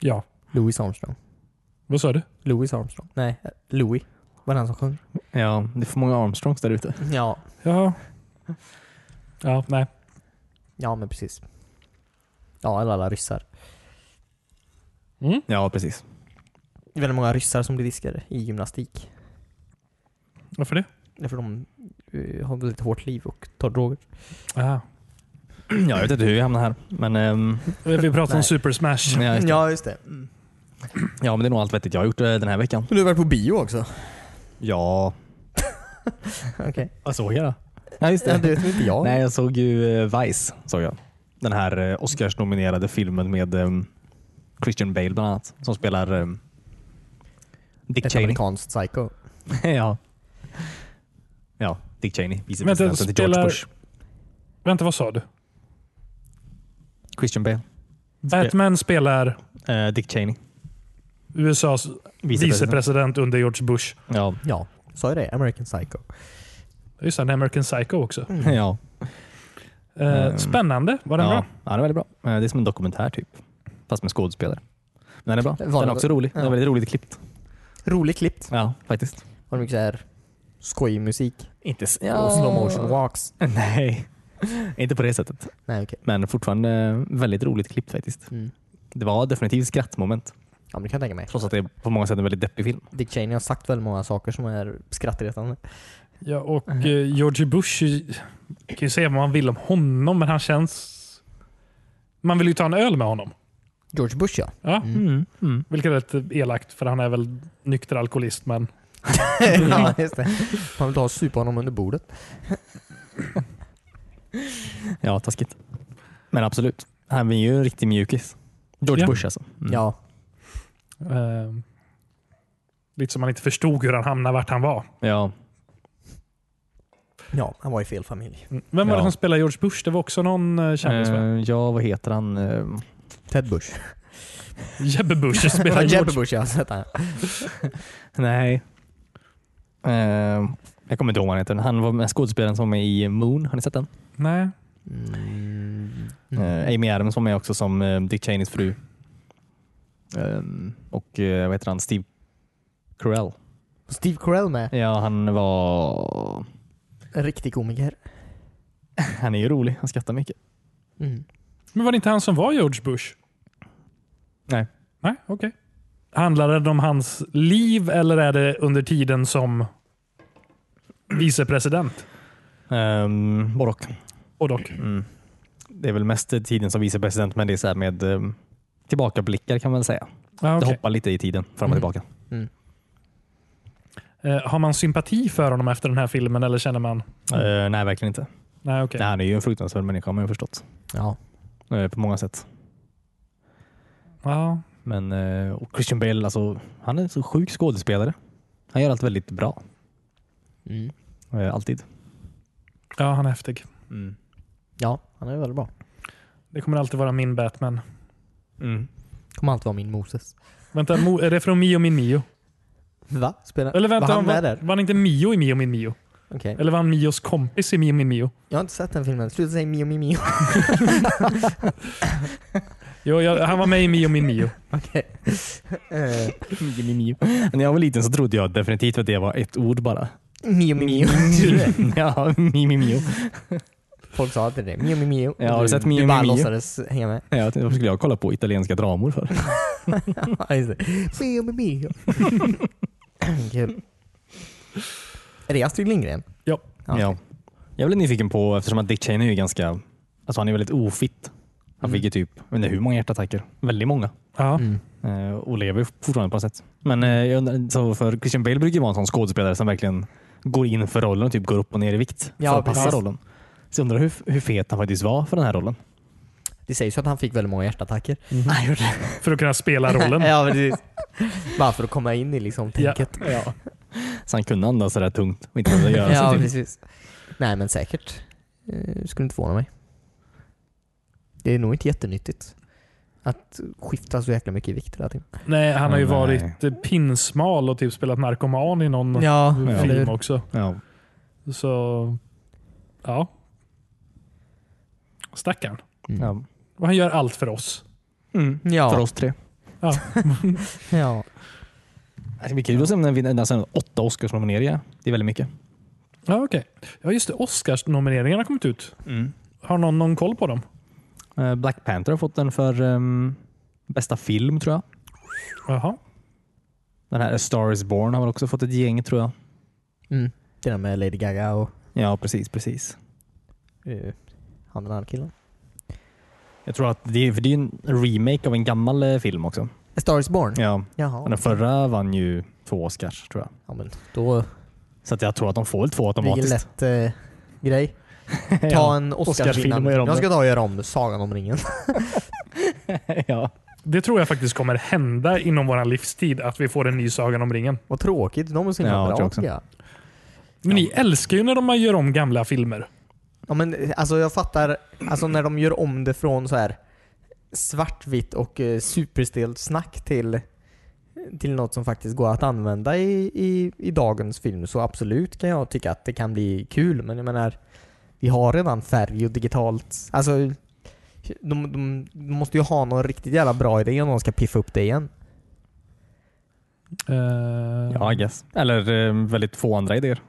A: Ja,
B: Louis Armstrong.
A: vad sa du?
B: Louis Armstrong. Nej, eh, Louis. Var det han som sjöng?
C: ja, det är för många Armstrongs där ute.
B: Ja.
A: Ja. Ja, nej.
B: Ja, men precis. Ja, eller alla ryssar.
C: Ja, precis.
B: Det är väldigt många ryssar som blir diskade i gymnastik.
A: Varför det?
B: Därför de eh, har ett väldigt hårt liv och tar droger.
A: Aha.
C: Ja, jag vet inte hur jag hamnade här. Men, ehm,
A: Vi pratar om
B: Nej.
A: Super Smash.
C: ja, just det.
B: just det.
C: ja, men det är nog allt vettigt jag har gjort eh, den här veckan.
B: Men du har varit på bio också?
C: Ja,
B: Okej.
C: vad såg jag då? Ja, just det.
B: Ja, det vet inte jag.
C: Nej, jag såg ju eh, Vice. Såg jag. Den här eh, Oscars-nominerade filmen med ehm, Christian Bale bland annat. Som spelar ehm, Dick
B: Ett
C: Cheney.
B: amerikanskt psycho.
C: ja. ja, Dick Cheney.
A: Vänta,
C: Vicepresidenten till George
A: spelar-
C: Bush.
A: Vänta, vad sa du?
C: Christian Bale.
A: Batman spelar
C: Eh, Dick Cheney.
A: USAs vicepresident under George Bush.
C: Ja.
B: Ja, sa jag det? American psycho.
A: Just det, en American Psycho också.
C: ja.
A: Eh,
C: Mm.
A: Spännande. Mm. Var den
C: ja.
A: bra?
C: Ja, den är väldigt bra. Eh, Det är som en dokumentär typ. Fast med skådespelare. Men den är bra.
B: Var
C: Den
B: den-
C: är också rolig. Den
B: ja.
C: är väldigt roligt klippt.
B: Roligt klippt.
C: Ja, faktiskt.
B: Har de mycket såhär skojig musik?
C: Inte s-
B: Och slow motion walks?
C: Nej, inte på det sättet.
B: Nej, okej.
C: Men fortfarande eh, väldigt roligt klippt faktiskt.
B: Mm.
C: Det var definitivt skrattmoment.
B: Ja, men det kan jag tänka mig.
C: Trots att det är på många sätt en väldigt deppig film.
B: Dick Cheney har sagt väldigt många saker som är skrattretande.
A: Ja, och eh, George Bush, man kan ju säga vad man vill om honom, men han känns... Man vill ju ta en öl med honom.
B: George Bush ja.
A: Ja,
C: Mm. Mm.
A: Vilket är lite elakt, för han är väl nykter alkoholist. Men
B: ja just det. Man vill ta och supa honom under bordet.
C: Ja, taskigt. Men absolut. Han är ju en riktig mjukis. George
A: Ja.
C: Bush alltså. Mm.
B: Ja.
A: eh, lite som man inte förstod hur han hamnade vart han var.
C: ja.
B: Ja, han var i fel familj.
A: Mm. Vem var det
C: Ja.
A: som spelade eh, George Bush? Det var också någon eh, kändis va?
C: Eh, ja, vad heter han? Eh,
B: Ted Bush.
A: Jebbe Bush spelar
B: Jeb
A: George.
B: Bush ja. så heter han.
C: Nej. Eh, jag kommer inte ihåg vad han heter. Han var med skådespelaren som var med i Moon. Har ni sett den?
A: Nej.
B: Mm.
C: Eh, Amy Adams var med också som eh, Dick Cheneys fru. Ehm, och eh, vad heter han? Steve Carell.
B: Steve Carell med.
C: Ja, han var...
B: En riktig komiker.
C: Han är ju rolig. Han skrattar mycket.
B: Mm.
A: Men var det inte han som var George Bush?
C: Nej.
A: Nej, okej. Handlar det om hans liv eller är det under tiden som vicepresident?
C: Um, både och.
A: Och dock.
C: Mm. Det är väl mest tiden som vicepresident, men det är så här med um, tillbakablickar kan man väl säga.
A: Ja,
C: Det
A: okej.
C: hoppar lite i tiden fram och
B: Mm.
C: tillbaka.
A: Eh, Har man sympati för honom efter den här filmen eller känner man?
C: Eh, nej, verkligen inte.
A: Nej, okej.
C: Nej, han är ju en fruktansvärd människa har man ju förstått.
B: Ja.
C: Eh, på många sätt.
A: Ja.
C: Men eh, och Christian Bale, alltså, han är en så sjuk skådespelare. Han gör allt väldigt bra.
B: Mm.
C: Eh, alltid.
A: ja, han är häftig.
B: Ja, han är väldigt bra.
A: Det kommer alltid vara min Batman.
C: Mm.
B: Kommer alltid vara min Moses.
A: Vänta, Mo- är det från Mio min Mio?
B: Va? Spelar...
A: Eller vänta,
B: var han
A: var,
B: med
A: var,
B: där?
A: var han inte Mio i Mio min Mio?
B: Okej.
A: Eller var han Mios kompis i Mio min Mio?
B: Jag har inte sett den filmen. Sluta säga Mio Mio Mio.
A: Jo, jag, han var med i Mio min Mio.
B: Okej. Eh,
C: När jag var liten så trodde jag definitivt att det var ett ord bara.
B: Mio Mio Mio.
C: ja, mi, mi, mio.
B: Folk sa alltid det. Mio Mio Mio.
C: Ja, har du sett Mio
B: Du
C: Mio
B: bara
C: Mio?
B: låtsades hänga med.
C: Ja, jag tänkte, varför skulle jag kolla på italienska dramor för?
B: Ja, just det. Mio Mio Mio. Kul. Är det Astrid Lindgren?
A: Ja.
B: Ja.
C: Ja. Jag är lite nyfiken på, eftersom att Dick Cheney är ju ganska, alltså han är väldigt ofitt. Han fick ju typ, jag vet inte hur många hjärtattacker? Väldigt många.
A: Ja.
B: Mm.
C: Eh, och lever ju fortfarande på något sätt. Men eh, jag undrar, så för Christian Bale brukar ju vara en sån skådespelare som verkligen går in för rollen och typ går upp och ner i vikt
B: Ja,
C: för att passa
B: precis.
C: rollen. Så jag undrar hur, hur fet han faktiskt var för den här rollen.
B: Det sägs ju att han fick väldigt många hjärtattacker.
A: För att kunna spela rollen.
B: ja, precis. Bara för att komma in i liksom
A: Ja.
B: tänket.
A: Ja.
C: Så han kunde andas sådär tungt och inte behövde göra
B: Ja,
C: sig till.
B: precis. Nej, men säkert. Eh, skulle inte förvåna mig. Det är nog inte jättenyttigt att skifta så jäkla mycket i vikt hela tiden.
A: Nej, han har ju
C: Nej.
A: varit eh, pinsmal och typ spelat narkoman i någon
B: Ja,
A: film också.
C: Ja.
A: Så, ja. Stackarn.
B: Mm.
C: Ja.
A: Och han gör allt för oss.
B: Ja.
C: För oss tre.
B: ja.
C: Det blir kul att se om den vinner alltså, åtta Oscarsnomineringar. Det är väldigt mycket.
A: Ja, okej. Ja, just det. Oscars-nomineringarna har kommit ut.
C: Mm.
A: Har någon, någon koll på dem?
C: Eh, Black Panther har fått den för ehm, bästa film tror jag.
A: Jaha.
C: Den här A Star Is Born har väl också fått ett gäng tror jag.
B: Mm. Det där med Lady Gaga och
C: Ja, precis. precis.
B: eh, han den andra killen.
C: Jag tror att det, är- för det är ju en remake av en gammal eh, film också.
B: A Star Is Born?
C: Ja.
B: Jaha.
C: Den förra vann ju två Oscars tror jag.
B: Ja, men då
C: Så att jag tror att de får två
B: blir det en
C: automatiskt.
B: lätt eh, grej. Ta
C: ja.
B: en
C: Oscarsfilm
B: Oscarsfilm
C: och göra om
B: Jag
C: det.
B: ska ta och göra om Sagan om ringen.
C: ja.
A: Det tror jag faktiskt kommer hända inom vår livstid, att vi får en ny Sagan om ringen.
B: Vad tråkigt. De är så himla
C: Ja, jag tror
B: bra
C: också.
B: tycker jag.
A: Men ni älskar ju när de gör om gamla filmer.
B: Ja men eh, alltså jag fattar, alltså när de gör om det från så här svartvitt och eh, superstelt snack till, till något som faktiskt går att använda i, i, i dagens film så absolut kan jag tycka att det kan bli kul men jag menar vi har redan färg och digitalt, alltså de, de, de måste ju ha någon riktigt jävla bra idé om de ska piffa upp det igen.
A: Eh,
C: ja, I guess. Eller eh, väldigt få andra idéer.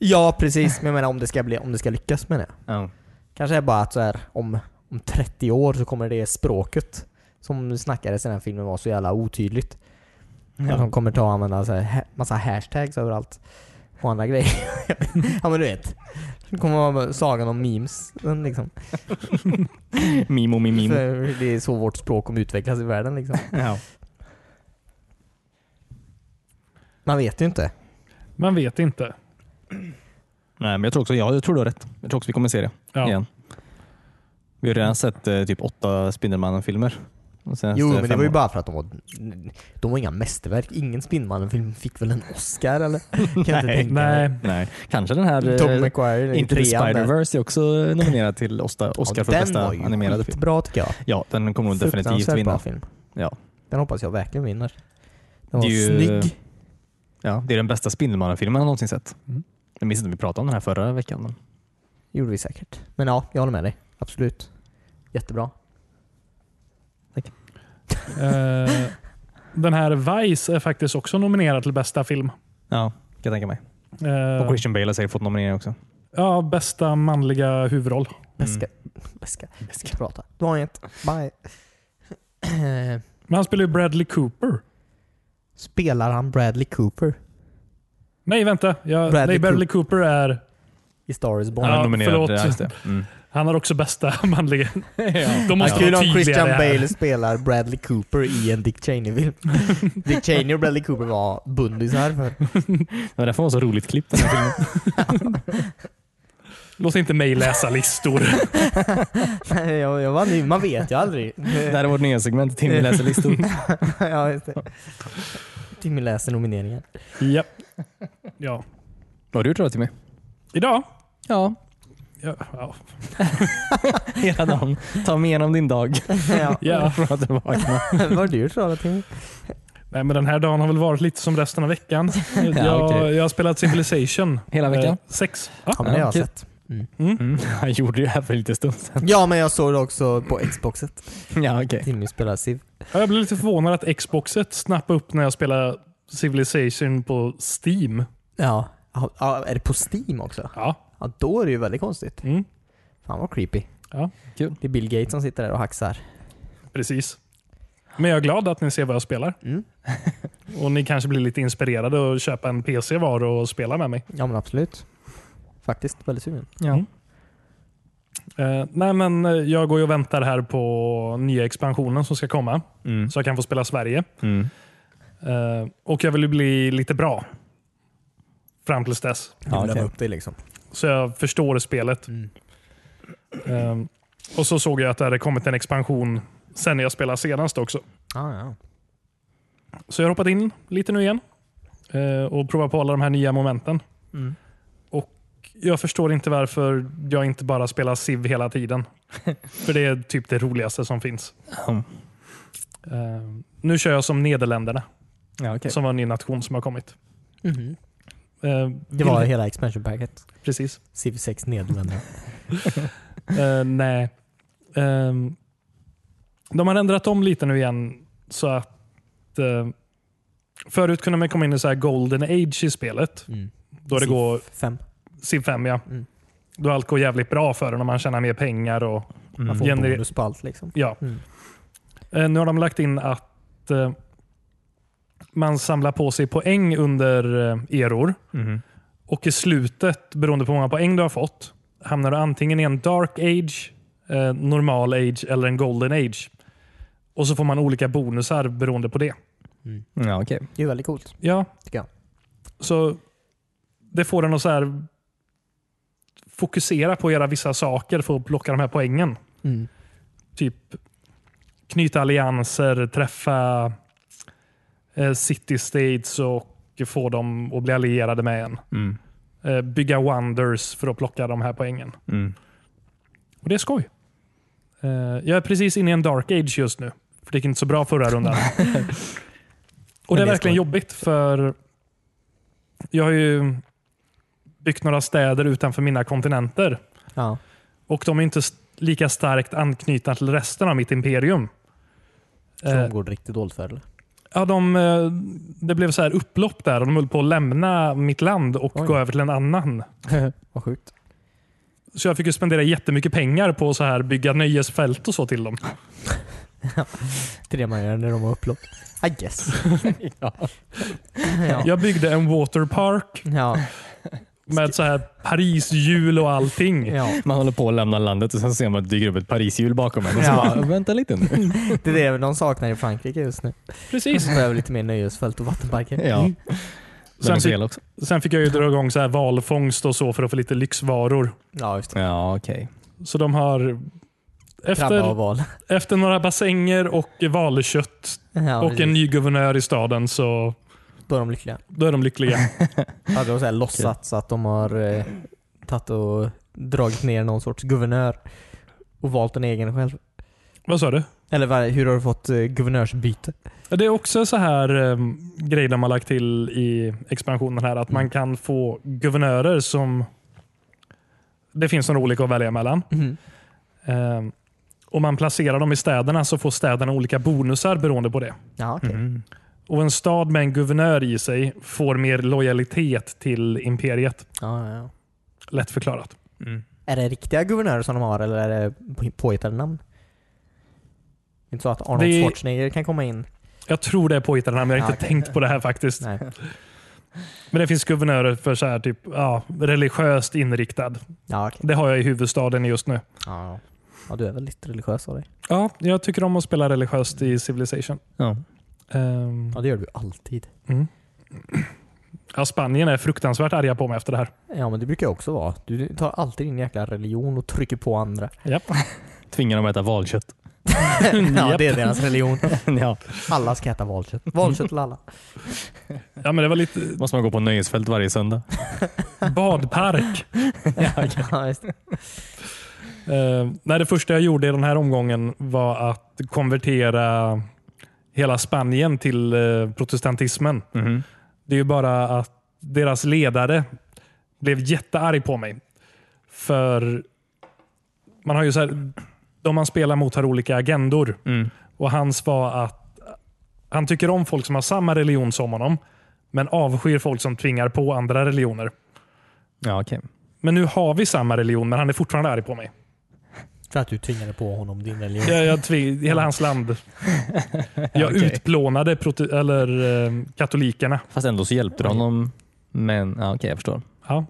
B: Ja precis, men jag menar om det ska, bli, om det ska lyckas menar jag.
C: Ja.
B: Kanske är bara att så här, om, om 30 år så kommer det språket som snackades i den här filmen vara så jävla otydligt. Att de kommer ta och använda så här, ha- massa hashtags överallt. Och andra grejer. ja men du vet. Det kommer vara sagan om memes. den Liksom.
C: Mimo, mimimo.
B: För det är så vårt språk kommer utvecklas i världen liksom.
C: Ja.
B: Man vet ju inte.
A: Man vet inte.
C: Nej, men jag tror också, ja, jag tror du har rätt. Jag tror också vi kommer se det
A: Ja.
C: igen. Vi har redan sett eh, typ åtta Spindelmannen-filmer. De senaste
B: Jo men det
C: fem
B: var ju
C: åren.
B: bara för att de var, de var inga mästerverk. Ingen Spindelmannen-film fick väl en Oscar eller? Kan jag inte
C: Nej,
B: tänka mig.
A: Nej,
C: Nej, kanske den här... eh,
B: Tom McQuire i
C: Into the
B: trean där.
C: Spider-Verse är också eh, nominerad till Osta- Oscar
B: Ja,
C: för bästa
B: Den var
C: animerade
B: ju
C: film.
B: skitbra tycker jag.
C: Ja, den kommer nog definitivt
B: Fruktansvärt bra
C: vinna.
B: film.
C: Ja.
B: Den hoppas jag verkligen vinner. Den var
C: Det är ju-
B: snygg.
C: Ja, det är den bästa Spindelmannen-filmen jag någonsin sett.
A: Mm.
C: Jag minns inte om vi pratade om den här förra veckan. Men...
B: gjorde vi säkert. Men ja, jag håller med dig. Absolut.
C: Mm.
B: Jättebra.
A: Eh, den här Vice är faktiskt också nominerad till bästa film.
C: Ja, kan jag tänka mig. Och
A: Eh,
C: Christian Bale har säkert fått nominering också.
A: ja, bästa manliga huvudroll.
B: Beska.
C: Mm.
B: Beska. Beska. Prata. Du har inget. Bye. Eh,
A: Men han spelar ju Bradley Cooper.
B: Spelar han Bradley Cooper
A: Nej, vänta. Jag,
B: Bradley
A: nej, Bradley Cooper är...
B: i Star is Born?
C: Han är
A: Ja,
C: nominerad,
A: förlåt.
C: ja, just det. Mm.
A: Han har också bästa manliga. De
B: Man
A: måste
B: skulle
A: vara
B: om
A: tydliga
B: Christian
A: där.
B: Bale spelar Bradley Cooper i en Dick Cheney-film. Dick Cheney och Bradley Cooper var bundisar för.
C: Det var därför var så roligt klippt den här filmen.
A: Låt inte mig läsa listor.
B: Nej, jag, jag var ny, man vet ju aldrig.
C: det här är vårt nya segment, Timmy läser listor.
B: ja, just det. Timmy läser nomineringen.
A: ja. ja.
C: Vad har du gjort då Timmy?
A: Idag?
C: Ja,
A: Ja, ja.
C: hela dagen. Ta mig igenom din dag.
B: ja.
A: Ja.
C: Från att du vaknade.
B: Vad har du gjort då Timmy?
A: Nej, men den här dagen har väl varit lite som resten av veckan. Jag,
C: okej.
A: jag har spelat Civilization.
C: Hela veckan?
A: Eh, sex. Ja.
B: Ja men det har jag
C: okej.
B: sett.
C: Mm. Han gjorde ju det här för lite stund sedan.
B: Ja men jag såg det också på Xboxet.
C: Ja, okej.
B: Timmy spelar Civ.
A: Ja, Jag blev lite förvånad att Xboxet snappade upp när jag spelade Civilization på Steam.
B: Ja. Ja, Ja, är det på Steam också?
A: Ja.
B: Ja, då är det ju väldigt konstigt.
A: Mm.
B: Fan vad creepy.
A: Ja,
C: kul.
B: Det är Bill Gates som sitter där och hacksar.
A: Precis. Men jag är glad att ni ser vad jag spelar.
B: Mm.
A: Och ni kanske blir lite inspirerade att köpa en PC var och spela med mig.
B: Ja men absolut. Faktiskt väldigt sugen.
A: Mm. Eh, nej, men eh, jag går ju och väntar här på nya expansionen som ska komma.
C: Mm.
A: Så jag kan få spela Sverige.
C: Mm.
A: Eh, och jag vill ju bli lite bra. Fram tills dess.
B: Ja,
C: okej.
B: upp det liksom.
A: Så jag förstår spelet.
B: Mm.
A: Eh, och så såg jag att det hade kommit en expansion sen jag spelade senast också.
B: Ah, ja.
A: Så jag har hoppat in lite nu igen eh, och provat på alla de här nya momenten.
B: Mm.
A: Och Jag förstår inte varför jag inte bara spelar Civ hela tiden. För det är typ det roligaste som finns.
C: Mm.
A: Eh, nu kör jag som Nederländerna,
C: Ja, okej.
A: som var en ny nation som har kommit.
B: Mhm.
A: Eh,
B: Det var
A: vill-
B: hela expansion packet.
A: Precis.
B: Civ 6 Nederländerna.
A: Eh, nej. Ehm, de har ändrat om lite nu igen. Så att eh, Förut kunde man komma in i så här golden age i spelet.
B: Mm.
A: Då det
B: Civ
A: går
B: 5.
A: Civ 5 ja.
B: Mm.
A: Då allt går jävligt bra för en om man tjänar mer pengar. Och,
B: Man
C: Mm.
B: får
A: Gener-
B: bonus på allt liksom.
A: ja.
B: Mm.
A: Eh, Nu har de lagt in att eh, man samlar på sig poäng under eh, eror.
C: Mhm.
A: Och i slutet, beroende på hur många poäng du har fått, hamnar du antingen i en dark age, eh, normal age eller en golden age. Och så får man olika bonusar beroende på det.
C: Ja, okej.
B: Det är väldigt coolt.
A: Ja.
B: Tycker jag.
A: Så det får en att så här fokusera på att göra vissa saker för att plocka de här poängen.
B: Mm.
A: Typ knyta allianser, träffa eh, city states och få dem att bli allierade med en.
C: Mm.
A: Eh, bygga wonders för att plocka de här poängen.
C: Mm.
A: Och det är skoj. Eh, jag är precis inne i en dark age just nu. För det gick inte så bra förra rundan. och det är
B: det är
A: verkligen
B: skoj.
A: jobbigt för jag har ju byggt några städer utanför mina kontinenter.
B: Ja.
A: Och de är inte st- lika starkt anknutna till resten av mitt imperium.
B: Så de
A: Eh,
B: går riktigt dåligt för eller?
A: ja, de, eh, det blev så här upplopp där och de höll på att lämna mitt land och
B: Oj.
A: gå över till en annan.
B: Vad sjukt.
A: Så jag fick ju spendera jättemycket pengar på att så här bygga nöjesfält och så till dem.
B: Det är det man gör när de har upplopp. I guess. ja.
A: Jag byggde en waterpark
B: Ja.
A: med så här Paris-hjul och allting.
B: ja.
C: Man håller på att lämna landet och sen ser man att det dyker upp ett Parishjul bakom en. Och så
B: Ja.
C: bara, vänta lite nu.
B: Det är det de saknar i Frankrike just nu.
A: Precis.
B: De behöver lite mer nöjesfält och vattenparker.
C: Ja.
A: Sen
C: Sen
A: fick-
C: fel också.
A: Sen fick jag ju dra igång så här valfångst och så för att få lite lyxvaror.
B: Ja, just det.
C: Ja, okej.
A: Så de har
B: Krabba och
A: efter,
B: val.
A: efter några bassänger och valkött
B: Ja,
A: och en
B: precis.
A: ny guvernör i staden så
B: Då är de lyckliga.
A: då är de lyckliga.
B: Ja, de har så här låtsats att de har eh, tagit och dragit ner någon sorts guvernör och valt en egen själv.
A: Vad sa du?
B: Eller vad, hur har du fått eh, guvernörsbyte?
A: Det är också så här um, grejer de har lagt till i expansionen här, att
B: Mm.
A: man kan få guvernörer som... Det finns några olika att välja mellan.
B: Mhm.
A: Ehm, om man placerar dem i städerna så får städerna olika bonusar beroende på det.
B: Ja, okej.
A: Mm-hmm. Och En stad med en guvernör i sig får mer lojalitet till imperiet.
B: Ja, ja, ja.
A: Lätt förklarat.
B: Är det riktiga guvernörer som de har eller är det på- påhittade namn? Inte så att Arnold
A: Det-
B: Schwarzenegger kan komma in?
A: Jag tror det är påhittade namn, jag har
B: Ja,
A: inte
B: okej.
A: tänkt på det här faktiskt.
B: Nej.
A: Men det finns guvernörer för så här, typ, ja, religiöst inriktad.
B: Ja, okej.
A: Det har jag i huvudstaden just nu.
B: Ja. ja, du är väl lite religiös av dig?
A: Ja, jag tycker om att spela religiöst i Civilization.
C: Ja.
A: Ehm,
B: Ja, det gör du alltid.
A: ja, Spanien är fruktansvärt arga på mig efter det här.
B: Ja, men det brukar jag också vara. Du tar alltid din jäkla religion och trycker på andra.
A: Japp.
C: Tvingar dem att äta valkött.
B: ja, det är deras religion.
C: ja.
B: Alla ska äta valkött. Valkött till alla.
A: Ja, men det var lite
C: Måste man gå på nöjesfält varje söndag.
A: badpark.
B: ja, just det.
A: Eh, nej, det första jag gjorde i den här omgången var att konvertera hela Spanien till eh, protestantismen.
C: Mhm.
A: Det är ju bara att deras ledare blev jättearg på mig. För man har ju så här, de man spelar mot har olika agendor.
C: Mm.
A: Och hans var att han tycker om folk som har samma religion som honom, men avskyr folk som tvingar på andra religioner.
C: Ja, okej.
A: Men nu har vi samma religion, men han är fortfarande arg på mig.
B: För att du tvingade på honom din religion.
A: Jag, jag tvi- hela hans land. Jag
C: Okej.
A: utplånade prote- eller, eh, katolikerna.
C: Fast ändå så hjälpte du honom. Men ja, okej, jag förstår.
A: Ja.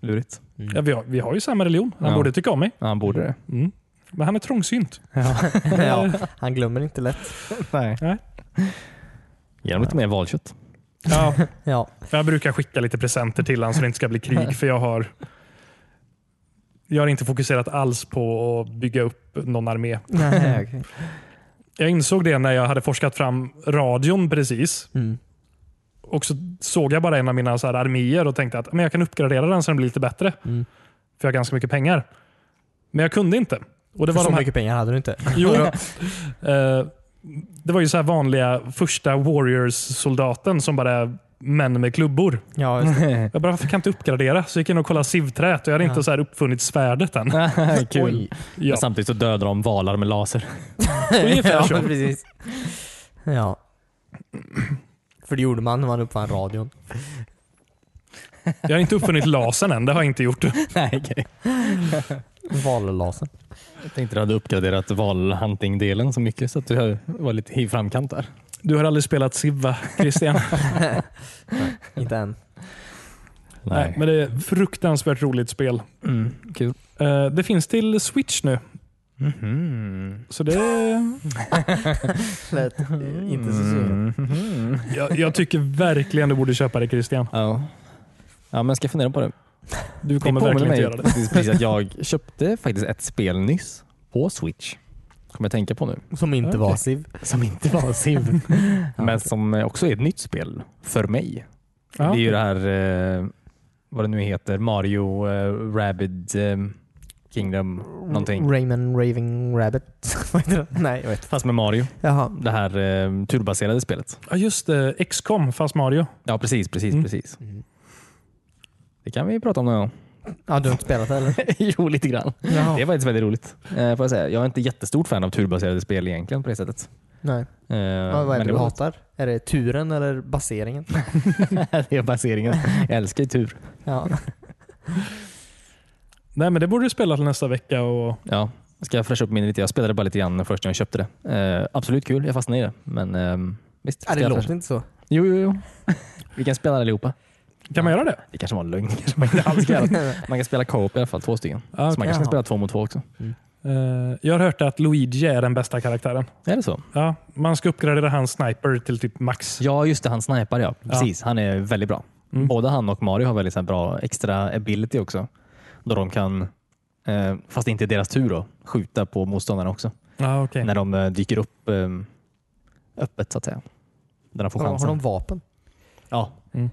C: Lurigt.
A: Ja, vi, har, vi har ju samma religion. Han
C: Ja.
A: borde tycka om mig.
C: Ja, han borde det.
A: Mm. Men han är trångsynt.
B: ja, han glömmer inte lätt.
C: Nej.
A: Nej.
C: Ge dem lite mer valkött.
A: Ja,
B: Ja,
A: jag brukar skicka lite presenter till honom så det inte ska bli krig. För jag har, jag har inte fokuserat alls på att bygga upp någon armé.
B: Nej, okej.
A: Jag insåg det när jag hade forskat fram radion precis.
B: Mm.
A: Och så såg jag bara en av mina så här arméer och tänkte att men jag kan uppgradera den så den blir lite bättre.
B: Mm.
A: För jag har ganska mycket pengar. Men jag kunde inte. Och det
B: För
A: var
B: så
A: de här
B: mycket pengar hade du inte.
A: Jo. Eh, det var ju så här vanliga första Warriors-soldaten som bara är män med klubbor.
B: Ja, just
A: Jag bara, varför kan jag inte uppgradera? Så gick jag in och kollade sivträt och jag hade
B: Ja.
A: inte så här uppfunnit svärdet än.
B: det.
C: Kul. Men
A: Ja.
C: Samtidigt så dödar de valar med laser.
A: Ungefär
B: ja,
A: så.
B: precis. Ja. För det gjorde man när man uppfann radion.
A: Jag har inte uppfunnit lasern än, det har jag inte gjort.
C: Nej, okej.
B: Vallasern.
C: Jag tänkte du hade uppgraderat valhunting-delen så mycket så att du var lite i framkant där.
A: Du har aldrig spelat Civ va, Christian?
B: Inte än.
A: Nej, men det är ett fruktansvärt roligt spel.
C: Mm, kul.
A: Eh, det finns till Switch nu,
C: Mhm.
A: så det...
B: Lät, eh, inte så sugen.
C: Mhm.
A: Jag, jag tycker verkligen du borde köpa det Christian.
C: Ja. ja, men jag ska fundera på det.
A: Du kommer verkligen inte göra det.
C: faktiskt precis att jag köpte faktiskt ett spel nyss på Switch. Kommer jag tänka på nu.
B: Som inte
A: Okej.
B: var SIV.
C: Som inte var Civ. men som också är ett nytt spel för mig.
A: Ja.
C: Det är ju det här, eh, vad det nu heter, Mario eh, Rabid eh, Kingdom någonting.
B: Rayman Raving Rabbit. Vad heter det? Nej, jag vet.
C: Fast med Mario.
B: Jaha.
C: Det här eh, turbaserade spelet.
A: Ja, just det. XCOM fast Mario.
C: Ja, precis, precis,
A: Mm.
C: precis.
B: Mm.
C: Det kan vi prata om någon gång.
B: Ja, du har inte spelat det eller?
C: jo, lite grann. Det
B: Jaha.
C: är faktiskt väldigt roligt. Eh, får jag, säga. jag är inte jättestort fan av turbaserade spel egentligen på det sättet.
B: Nej.
C: Eh,
B: Ja, vad är
C: men
B: det du
C: var-
B: hatar? Är det turen eller baseringen?
C: det är baseringen. Jag älskar ju tur.
B: Ja.
A: Nej, men det borde du spela till nästa vecka. Och...
C: Ja, ska jag fräscha upp minnet lite? Jag spelade bara lite grann först när jag köpte det. Eh, absolut kul, jag fastnade i det. Men ehm, visst.
B: ja
C: ska
B: det
C: jag
B: låter
C: fräscha-
B: inte så.
C: Jo, jo, jo. Vi kan spela allihopa.
A: Kan man göra det?
C: Det kanske var en lögn. Det kanske man, inte alls kan göra. man kan spela co-op i alla fall, två stycken.
A: Ja,
C: Så man kanske
B: Jaha.
C: kan spela två mot två också.
A: Eh, jag har hört att Luigi är den bästa karaktären.
C: Är det så?
A: Ja, man ska uppgradera hans sniper till typ max.
C: Ja, just det. Han snipar ja. Precis, han är väldigt bra.
A: Mm.
C: Både han och Mario har väldigt så här, bra extra ability också. Då de kan, eh, fast det inte är deras tur, då, skjuta på motståndarna också.
A: Ja, okej.
C: När de eh, dyker upp eh, öppet så att säga. När de får
B: Har de, har
C: chansen.
B: de vapen?
C: Ja.
A: Mm.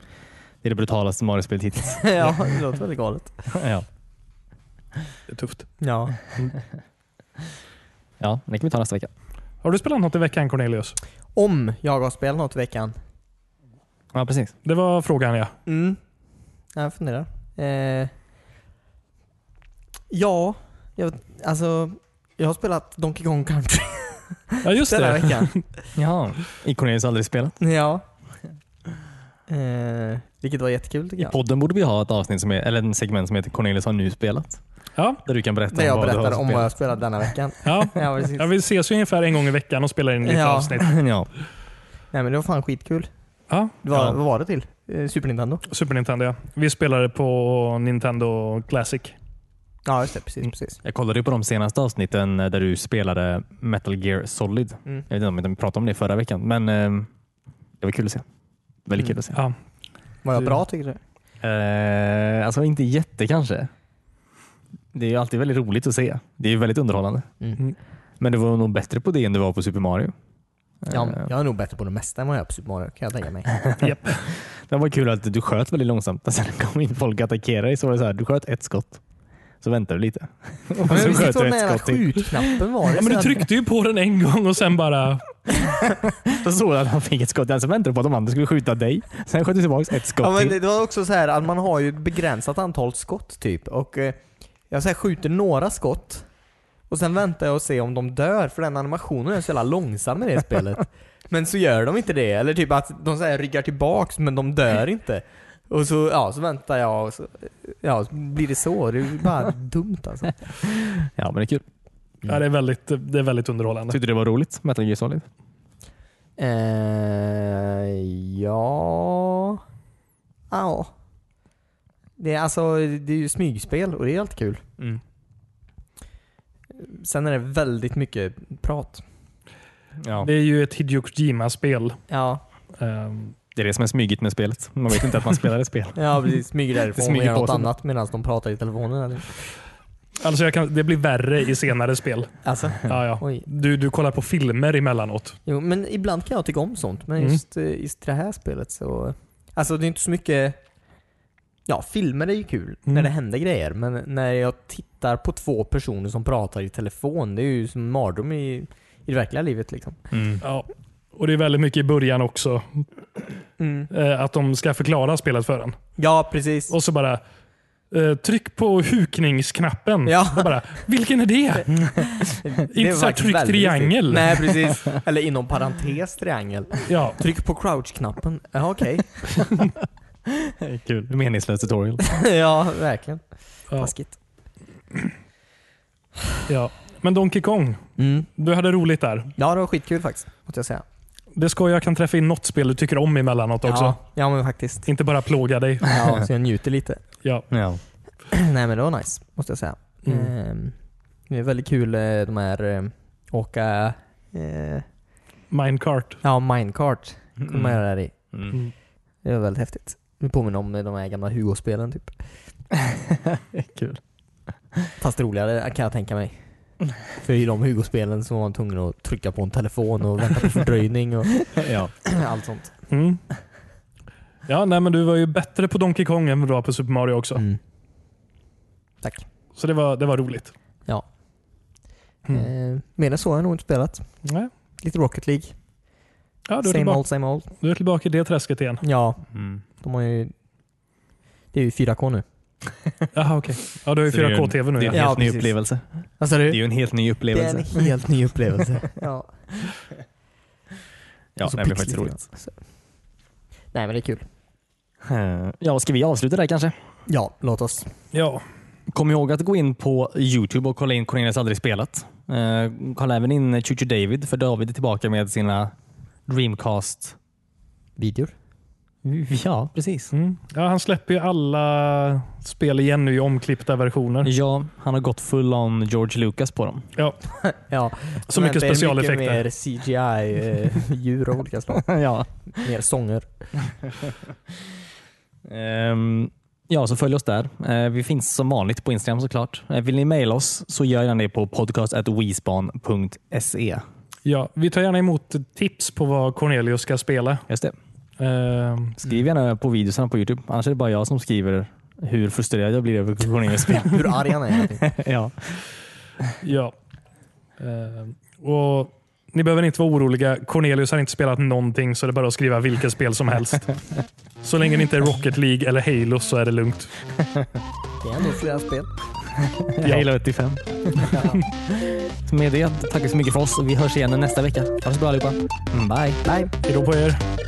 C: Det är det brutalaste Mario-spelet hittills.
B: ja, det låter väldigt galet.
C: ja.
A: Det är tufft.
B: Ja.
C: ja, det kan vi ta nästa vecka.
A: Har du spelat något i veckan Cornelius?
B: Om jag har spelat något i veckan?
C: Ja, precis.
A: Det var frågan ja.
B: Mm. Jag funderar. Eh, ja, jag, alltså jag har spelat Donkey Kong Country
A: Ja just
B: den här
A: det.
B: veckan.
C: Jaha. I Cornelius aldrig spelat.
B: Ja. Eh, vilket var jättekul tycker
C: I
B: jag.
C: podden borde vi ha ett avsnitt som är, eller en segment som heter Cornelius har nu spelat.
A: Ja,
C: Där du kan berätta
B: Där jag
C: vad
B: berättar
C: du har
B: om vad jag spelat denna veckan.
A: ja.
B: Ja, precis.
A: ja, vi ses ju ungefär en gång i veckan och spelar in lite
B: Ja.
A: avsnitt.
C: spelat. ja.
B: Nej men det var fan skitkul.
A: Ja,
B: Det var,
C: Ja.
B: Vad var det till? Eh, Super Nintendo?
A: Super Nintendo ja. Vi spelade på Nintendo Classic.
B: Ja just det, precis.
C: Mm.
B: precis.
C: Jag kollade ju på de senaste avsnitten eh, där du spelade Metal Gear Solid.
B: Mm.
C: Jag vet inte om vi pratade om det förra veckan, men eh, det var kul att se. Väldigt
B: Mm.
C: kul att se.
A: Ja.
B: Var jag
A: Du-
B: bra tycker du?
C: Eh, alltså inte jätte kanske. Det är ju alltid väldigt roligt att se. Det är ju väldigt underhållande.
A: Mm.
C: Men du var nog bättre på det än du var på Super Mario.
B: Ja,
C: Eh,
B: jag är nog bättre på det mesta än vad jag är på Super Mario kan jag tänka mig.
A: Japp.
C: Det var kul att du sköt väldigt långsamt. Sen kom in folk och attackerade dig så var det så här, du sköt ett skott. Så väntade du lite. Och
B: Men
C: så
B: visst
C: sköt
B: var
C: du
B: den
C: ett
B: där jävla
C: skott till.
B: skjutknappen var det? Mm.
A: Ja, men du
B: sen?
A: tryckte ju på den en gång och sen bara...
C: Då såg jag att han fick ett skott. Sen väntade du på att de andra skulle skjuta dig. Sen sköt du tillbaka ett skott
B: Ja, men
C: till.
B: det, det var också så här att man har ju ett begränsat antal skott typ och eh, jag så här skjuter några skott och sen väntar jag och ser om de dör för den animationen är så jävla långsam i det spelet. Men så gör de inte det, eller typ att de så här ryggar tillbaks men de dör inte. Och så, ja, så väntar jag och så, ja, så blir det så. Det är bara dumt alltså.
C: Ja, men det är kul.
A: Ja, det, är väldigt, det är väldigt underhållande.
C: Tyckte du det var roligt? Metal Gear Solid?
B: Eh, ja... Ja. Det är, alltså, det är ju smygspel och det är alltid kul. Sen är det väldigt mycket prat.
C: Ja.
A: Det är ju ett Hideo Kojima-spel.
B: Ja,
A: Ehm,
C: Det är det som är smygigt med spelet. Man vet inte att man spelar ett spel.
B: ja precis. Smyger därifrån
C: Det smyger
B: och gör
C: på
B: något
C: sig.
B: annat medan de pratar i telefonen. Eller?
A: Alltså jag kan, det blir värre i senare spel.
B: Alltså,
A: Ja, ja.
B: oj.
A: Du, du kollar på filmer emellanåt.
B: Jo, men ibland kan jag tycka om sånt. Men
A: Mm.
B: just, eh, just det här spelet så... Alltså det är inte så mycket... Ja, filmer är ju kul när
A: Mm.
B: det händer grejer. Men när jag tittar på två personer som pratar i telefon, det är ju som en mardröm i, i det verkliga livet liksom.
C: Mm.
A: Ja. Och Det är väldigt mycket i början också. Eh, att de ska förklara spelet för en.
B: Ja, precis.
A: Och så bara, eh, tryck på hukningsknappen.
B: Ja.
A: Och bara, vilken är det?
B: Det är
A: Inte så här
B: faktiskt
A: tryck
B: väldigt
A: triangel.
B: viktigt. Nej, precis. Eller inom parentes triangel.
A: Ja.
B: Tryck på crouch-knappen. Ja, okej.
C: Kul. Meningslös tutorial.
B: ja, verkligen.
A: Ja,
B: Taskigt.
A: ja. Men Donkey Kong, du hade roligt där.
B: Mm. Ja, det var skitkul faktiskt, måste jag säga.
A: Det ska jag kan träffa in något spel du tycker om emellanåt också.
B: Ja, ja men faktiskt.
A: Inte bara plåga dig.
B: Ja, så jag njuter lite.
A: Ja.
C: Ja.
B: Nej men det var nice, måste jag säga.
A: Mm.
B: Ehm, det är väldigt kul eh, de här eh, åka eh,
A: Minecart.
B: ja, minecart. kunde man göra det i.
C: Mm.
B: Det var väldigt häftigt. Det påminner om eh, de här gamla Hugo-spelen typ.
C: Kul.
B: Fast roligare eh, kan jag tänka mig. För i de Hugo-spelen så var man tvungen att trycka på en telefon och vänta på fördröjning och
C: Ja.
B: allt sånt.
A: Mm. Ja, nej, men du var ju bättre på Donkey Kong än vad du var på Super Mario också.
B: Mm. Tack.
A: Så det var, det var roligt.
B: Ja.
A: Mm.
B: Eh, mer än så har jag nog inte spelat.
A: Nej.
B: Lite Rocket League.
A: Ja, du, är
B: Same
A: tillbaka,
B: old, same old.
A: du är tillbaka i det träsket igen.
B: Ja,
C: Mm.
B: de har ju... Det är ju 4K nu.
A: Jaha, okej. Ja, du har ju
C: Så det är ju-
A: 4K-TV nu.
C: Det
A: Ja.
C: är en
B: Ja,
C: helt ny
B: precis.
C: upplevelse.
B: Vad sa du?
C: Det är ju en helt ny upplevelse.
B: Det är en helt ny upplevelse. ja.
C: Ja,
B: Och så
C: det blir
B: pixligt
C: faktiskt roligt.
B: grann. Så- Alltså Nej men det är kul.
C: Eh, Ja, ska vi avsluta där kanske?
B: Ja, låt oss.
A: ja.
C: Kom ihåg att gå in på Youtube och kolla in Cornelius aldrig spelat. Eh, kolla även in Chuchu David, för David är tillbaka med sina Dreamcast.
B: Videor.
C: Ja, precis.
A: Mm. ja, han släpper ju alla spel igen nu i omklippta versioner.
C: Ja, han har gått full on George Lucas på dem.
A: Ja.
B: Ja.
A: Så
B: Men
A: mycket
B: det är
A: specialeffekter.
B: Mycket mer CGI-djur eh, av olika slag.
C: ja.
B: Mer sånger.
C: Ehm, ja, så följ oss där. Eh, vi finns som vanligt på Instagram såklart. Eh, vill ni mejla oss så gör gärna det på podcast.wespan.se.
A: Ja, vi tar gärna emot tips på vad Cornelius ska spela.
C: Just det.
A: Ehm,
C: Skriv gärna på videosarna på Youtube. Annars är det bara jag som skriver hur frustrerad jag blir över Cornelius spel.
B: Hur arg han är.
C: ja.
A: ja. Ehm, och Ni behöver inte vara oroliga. Cornelius har inte spelat någonting så det är bara att skriva vilket spel som helst. Så länge det inte är Rocket League eller Halo så är det lugnt.
B: Det är ändå flera spel.
A: Ja.
C: Halo 85. Med det tackar vi så mycket för oss och vi hörs igen nästa vecka. Ha det så bra allihopa. Mm, Bye.
B: Nej.
A: Hejdå på er.